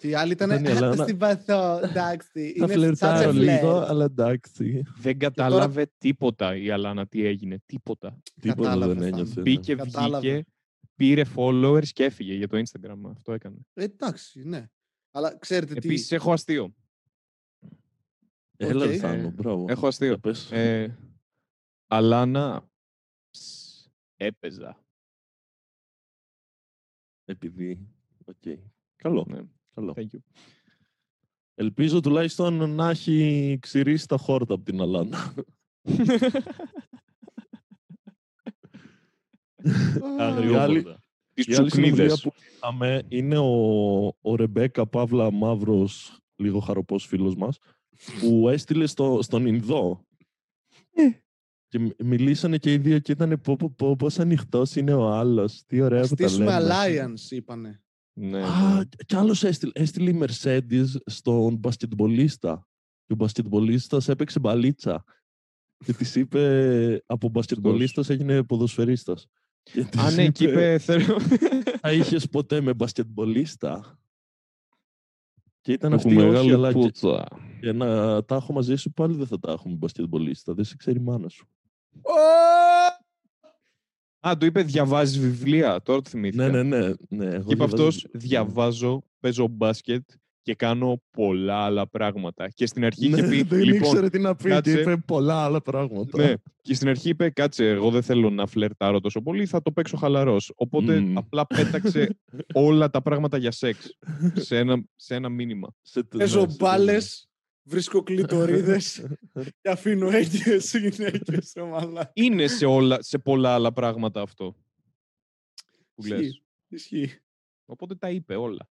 Speaker 3: Τι άλλη ήταν.
Speaker 1: Ήταν η
Speaker 3: «Α,
Speaker 1: Ελένα.
Speaker 3: Στην βαθό, εντάξει.
Speaker 1: Θα
Speaker 3: είναι
Speaker 1: φλερτάρω
Speaker 3: τσάτσε
Speaker 1: λίγο,
Speaker 3: φλερ.
Speaker 1: αλλά εντάξει.
Speaker 2: Δεν κατάλαβε τίποτα η Αλάνα τι έγινε. Τίποτα.
Speaker 1: Τίποτα
Speaker 3: Κατάλαβε,
Speaker 1: δεν
Speaker 3: Θάνο.
Speaker 1: ένιωσε. ναι.
Speaker 2: Μπήκε,
Speaker 3: Κατάλαβε.
Speaker 2: βγήκε, πήρε followers και έφυγε για το Instagram. Αυτό έκανε.
Speaker 3: Ε, Εντάξει, ναι. Αλλά ξέρετε τι.
Speaker 2: Επίσης έχω αστείο.
Speaker 1: Έλα,
Speaker 3: Οκ.
Speaker 1: Θάνο,
Speaker 2: Ε,
Speaker 1: μπράβο.
Speaker 2: Έχω αστείο.
Speaker 1: Για πες.
Speaker 2: Ε, Αλάνα. ψ, Έπαιζα.
Speaker 1: Επειδή. Οκ. Καλό.
Speaker 2: Ναι,
Speaker 1: καλό.
Speaker 2: thank you.
Speaker 1: Ελπίζω τουλάχιστον να έχει ξηρίσει τα χόρτα από την Αλάνα.
Speaker 3: Α,
Speaker 1: Αγριόπολτα.
Speaker 2: Τις
Speaker 1: Η άλλη συνομιλία
Speaker 2: τσουκνίδες.
Speaker 1: που είχαμε είναι ο, ο Ρεμπέκα Παύλα Μαύρος, λίγο χαροπός φίλος μας, που έστειλε στο, στον Ινδό.
Speaker 3: Ε.
Speaker 1: και μι- μιλήσανε και οι δύο και ήταν πω, πω, πω, πώς ανοιχτός είναι ο άλλος. Τι ωραία
Speaker 3: Θα
Speaker 1: που τα λέμε.
Speaker 3: στήσουμε alliance, είπανε.
Speaker 2: Ναι,
Speaker 1: Α,
Speaker 2: ναι.
Speaker 1: κι άλλος έστειλε, έστειλε η Mercedes στον μπασκετμπολίστα. Και ο μπασκετμπολίστας έπαιξε μπαλίτσα. Και της είπε από μπασκετμπολίστας έγινε ποδοσφαιρίστας. Και της
Speaker 2: Α, ναι, και είπε θέλω...
Speaker 1: θα είχες ποτέ με μπασκετμπολίστα. Και ήταν
Speaker 4: Έχω
Speaker 1: αυτή η όχι,
Speaker 4: μεγάλη
Speaker 1: αλλά και,
Speaker 4: πούτσα.
Speaker 1: και να τα έχω μαζί σου πάλι δεν θα τα έχουμε μπασκετμπολίστα. Δεν σε ξέρει η μάνα σου.
Speaker 2: Α, του είπε διαβάζεις βιβλία, τώρα το θυμήθηκα.
Speaker 1: Ναι, ναι, ναι. ναι εγώ
Speaker 2: Και είπε
Speaker 1: διαβάζω-
Speaker 2: αυτός, διαβάζω, παίζω μπάσκετ και κάνω πολλά άλλα πράγματα. Και στην αρχή
Speaker 1: Ναι,
Speaker 2: είχε πει,
Speaker 1: δεν
Speaker 2: λοιπόν,
Speaker 1: ήξερε τι να πει.
Speaker 2: κάτσε.
Speaker 1: Και είπε πολλά άλλα πράγματα.
Speaker 2: ναι, και στην αρχή είπε, κάτσε, εγώ δεν θέλω να φλερτάρω τόσο πολύ, θα το παίξω χαλαρός. Οπότε
Speaker 1: Μμμ.
Speaker 2: απλά πέταξε όλα τα πράγματα για σεξ σε ένα, σε ένα μήνυμα.
Speaker 1: Σε τε- ναι,
Speaker 3: Παίζω
Speaker 1: σε τε-
Speaker 3: μπάλες, βρίσκω κλειτορίδε και αφήνω έγκυες γυναίκε.
Speaker 2: Είναι σε, όλα, σε πολλά άλλα πράγματα αυτό που λες.
Speaker 3: Ισχύει. Ισχύει.
Speaker 2: Οπότε τα είπε όλα.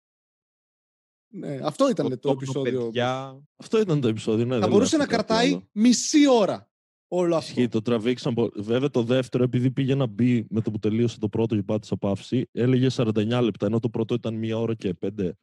Speaker 3: Ναι, αυτό ήταν το
Speaker 2: Κοτόπουλο,
Speaker 3: επεισόδιο.
Speaker 2: παιδιά.
Speaker 1: Αυτό ήταν το επεισόδιο. Ναι,
Speaker 3: Θα
Speaker 1: δεν
Speaker 3: μπορούσε
Speaker 1: λέω
Speaker 3: να
Speaker 1: κάτι
Speaker 3: κρατάει
Speaker 1: άλλο.
Speaker 3: μισή ώρα όλο αυτό.
Speaker 1: Ισχύει, το τραβήξαν. πο- Βέβαια το δεύτερο, επειδή πήγε να μπει με το που τελείωσε το πρώτο και πάτησα παύση, έλεγε 49 λεπτά, ενώ το πρώτο ήταν μία ώρα και πέντε.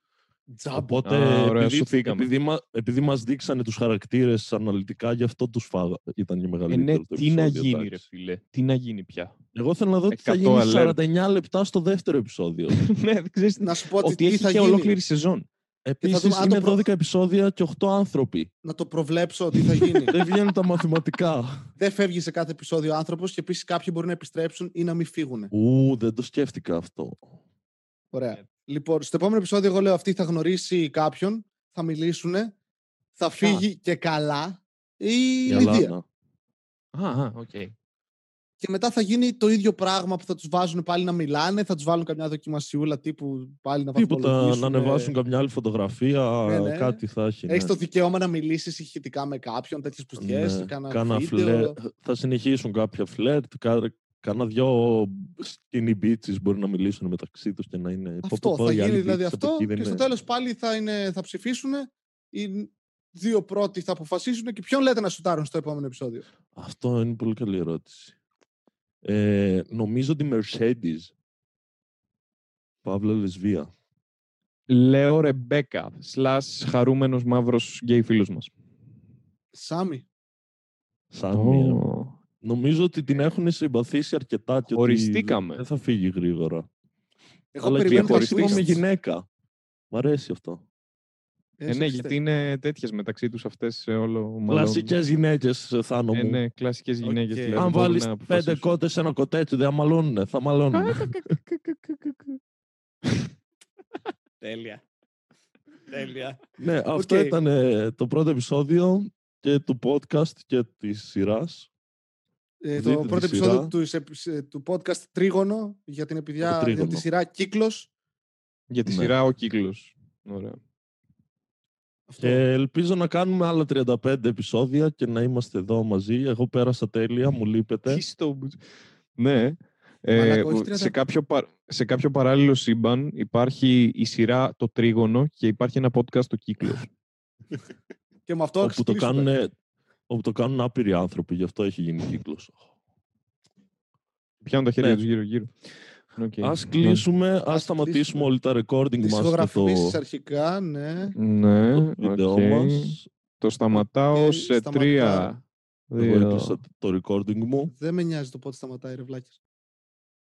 Speaker 3: Τζάμπο.
Speaker 1: Οπότε,
Speaker 2: Α, ωραία,
Speaker 1: επειδή,
Speaker 2: σωθήκαμε.
Speaker 1: επειδή, μα, επειδή μας δείξανε τους χαρακτήρες αναλυτικά, γι' αυτό τους φάγα. Ήταν και
Speaker 2: Ε,
Speaker 1: μεγαλύτερο
Speaker 2: ναι,
Speaker 1: το
Speaker 2: τι να
Speaker 1: επεισόδιο,
Speaker 2: γίνει, ρε
Speaker 1: εντάξει.
Speaker 2: φίλε. Τι να γίνει πια.
Speaker 1: Εγώ θέλω να δω τι θα
Speaker 2: 100
Speaker 1: γίνει
Speaker 2: alert.
Speaker 1: 49 λεπτά στο δεύτερο επεισόδιο.
Speaker 2: ναι, δεν ξέρεις
Speaker 3: Να σου πω ότι,
Speaker 2: ότι
Speaker 3: τι
Speaker 2: έχει
Speaker 3: θα
Speaker 2: και
Speaker 3: γίνει.
Speaker 2: ολόκληρη σεζόν.
Speaker 1: Επίσης
Speaker 3: δούμε- αν το
Speaker 1: είναι
Speaker 3: προ-
Speaker 1: 12 επεισόδια και 8 άνθρωποι.
Speaker 3: Να το προβλέψω ότι θα γίνει.
Speaker 1: Δεν βγαίνουν τα μαθηματικά.
Speaker 3: Δεν φεύγει σε κάθε επεισόδιο άνθρωπος και επίσης κάποιοι μπορεί να επιστρέψουν ή να μην φύγουν.
Speaker 1: Ου, δεν το σκέφτηκα αυτό.
Speaker 3: Ωραία.
Speaker 2: Ναι.
Speaker 3: Λοιπόν, στο επόμενο επεισόδιο, εγώ λέω αυτή θα γνωρίσει κάποιον, θα μιλήσουν, θα φύγει και καλά ή
Speaker 1: Η
Speaker 3: λιδία.
Speaker 1: Αλάνα.
Speaker 2: Α, α, οκ.
Speaker 3: Και Και μετά θα γίνει το ίδιο πράγμα που θα τους βάζουν πάλι να μιλάνε, θα τους βάλουν καμιά δοκιμασιούλα τύπου πάλι να
Speaker 1: Τίποτα,
Speaker 3: βαθμολογήσουν.
Speaker 1: να ανεβάσουν καμιά άλλη φωτογραφία,
Speaker 3: Ναι, ναι.
Speaker 1: κάτι θα έχει. ναι.
Speaker 3: Έχει το δικαίωμα να μιλήσεις ηχητικά με κάποιον, τέτοιες πουστιές.
Speaker 1: Ναι,
Speaker 3: Κάνα,
Speaker 1: κάνα
Speaker 3: βίντεο.
Speaker 1: φλερ- Θα συνεχίσουν κάποια φλερτ, κα- κάνα δυο skinny bitches μπορεί να μιλήσουν μεταξύ τους και να είναι... «Πω, πω,
Speaker 3: Αυτό
Speaker 1: πω,
Speaker 3: θα
Speaker 1: η άλλη
Speaker 3: γίνει
Speaker 1: bitch
Speaker 3: δηλαδή
Speaker 1: από
Speaker 3: αυτό
Speaker 1: εκεί δεν
Speaker 3: και στο
Speaker 1: είναι».
Speaker 3: τέλος πάλι θα, είναι, θα ψηφίσουν οι δύο πρώτοι θα αποφασίσουν και ποιον λέτε να σουτάρουν στο επόμενο επεισόδιο.
Speaker 1: Αυτό είναι πολύ καλή ερώτηση. Ε, νομίζω ότι Mercedes. Παύλα Λεσβία.
Speaker 2: Λέω Ρεμπέκα, σλάς χαρούμενος μαύρος γκέι φίλος μας.
Speaker 3: Σάμι.
Speaker 1: Σαν μία. Νομίζω ότι την έχουν συμπαθήσει αρκετά και ότι
Speaker 2: Οριστήκαμε.
Speaker 1: δεν θα φύγει γρήγορα.
Speaker 3: Εγώ
Speaker 1: Αλλά και
Speaker 3: περιμένω τα
Speaker 1: χωριστή με
Speaker 3: switch.
Speaker 1: γυναίκα. Μ' αρέσει αυτό.
Speaker 3: Ε,
Speaker 2: Ε,
Speaker 3: σε
Speaker 2: ναι,
Speaker 3: πιστεύω.
Speaker 2: γιατί είναι τέτοιες μεταξύ τους αυτές σε όλο μάλλον.
Speaker 1: Κλασικές γυναίκες, Θάνο
Speaker 2: Ε,
Speaker 1: μου.
Speaker 2: ναι, κλασικές γυναίκες.
Speaker 3: Οκ.
Speaker 2: λέω,
Speaker 1: Αν
Speaker 2: μπορούν
Speaker 1: βάλεις
Speaker 2: να
Speaker 1: πέντε
Speaker 2: αποφασίσουν.
Speaker 1: κότες σε ένα κοτέτσι, δεν θα μαλώνουνε. Θα μαλώνουνε.
Speaker 3: Τέλεια. Τέλεια.
Speaker 1: ναι, αυτό
Speaker 3: Οκ.
Speaker 1: ήταν ε, το πρώτο επεισόδιο και του podcast και της σειράς.
Speaker 3: Ε,
Speaker 1: Δείτε
Speaker 3: το
Speaker 1: τη
Speaker 3: πρώτο
Speaker 1: σειρά.
Speaker 3: επεισόδιο του, σε- του podcast Τρίγωνο για την
Speaker 1: Το
Speaker 3: επιδιά, για
Speaker 1: Τρίγωνο.
Speaker 3: τη σειρά Κύκλος.
Speaker 2: Για τη
Speaker 1: Ναι.
Speaker 2: σειρά ο κύκλος. Ωραία.
Speaker 3: Αυτό.
Speaker 1: Και ελπίζω να κάνουμε άλλα 35 επεισόδια και να είμαστε εδώ μαζί. Εγώ πέρασα τέλεια, μου λείπετε.
Speaker 2: Τι στο μπουτζ- Ναι. Ε,
Speaker 3: Μαλάκα, όχι
Speaker 2: ο-
Speaker 3: 30.
Speaker 2: σε, κάποιο, πα- σε κάποιο παράλληλο σύμπαν υπάρχει η σειρά Το Τρίγωνο και υπάρχει ένα podcast Το Κύκλος.
Speaker 3: Και με αυτό
Speaker 1: όπου, το
Speaker 3: κλείσουμε.
Speaker 1: κάνουν, όπου το κάνουν άπειροι άνθρωποι, γι' αυτό έχει γίνει κύκλος.
Speaker 2: Πιάνουν τα χέρια
Speaker 1: Ναι.
Speaker 2: τους γύρω-γύρω. Οκ.
Speaker 1: Ας
Speaker 2: Ναι.
Speaker 1: κλείσουμε, ας
Speaker 3: Ας
Speaker 1: σταματήσουμε
Speaker 3: κλείσουμε.
Speaker 1: όλοι τα recording
Speaker 3: Τις
Speaker 1: μα στο
Speaker 3: ηχογραφήσεις αρχικά, ναι.
Speaker 1: το
Speaker 2: Ναι,
Speaker 1: βίντεο
Speaker 2: οκ.
Speaker 1: μας.
Speaker 2: Το σταματάω
Speaker 3: Ε,
Speaker 2: σε
Speaker 3: σταματάω.
Speaker 2: τρία,
Speaker 1: Εγώ
Speaker 2: δύο,
Speaker 1: έκλεισα το recording μου.
Speaker 3: Δεν με νοιάζει το πότε σταματάει, ρε βλάκες.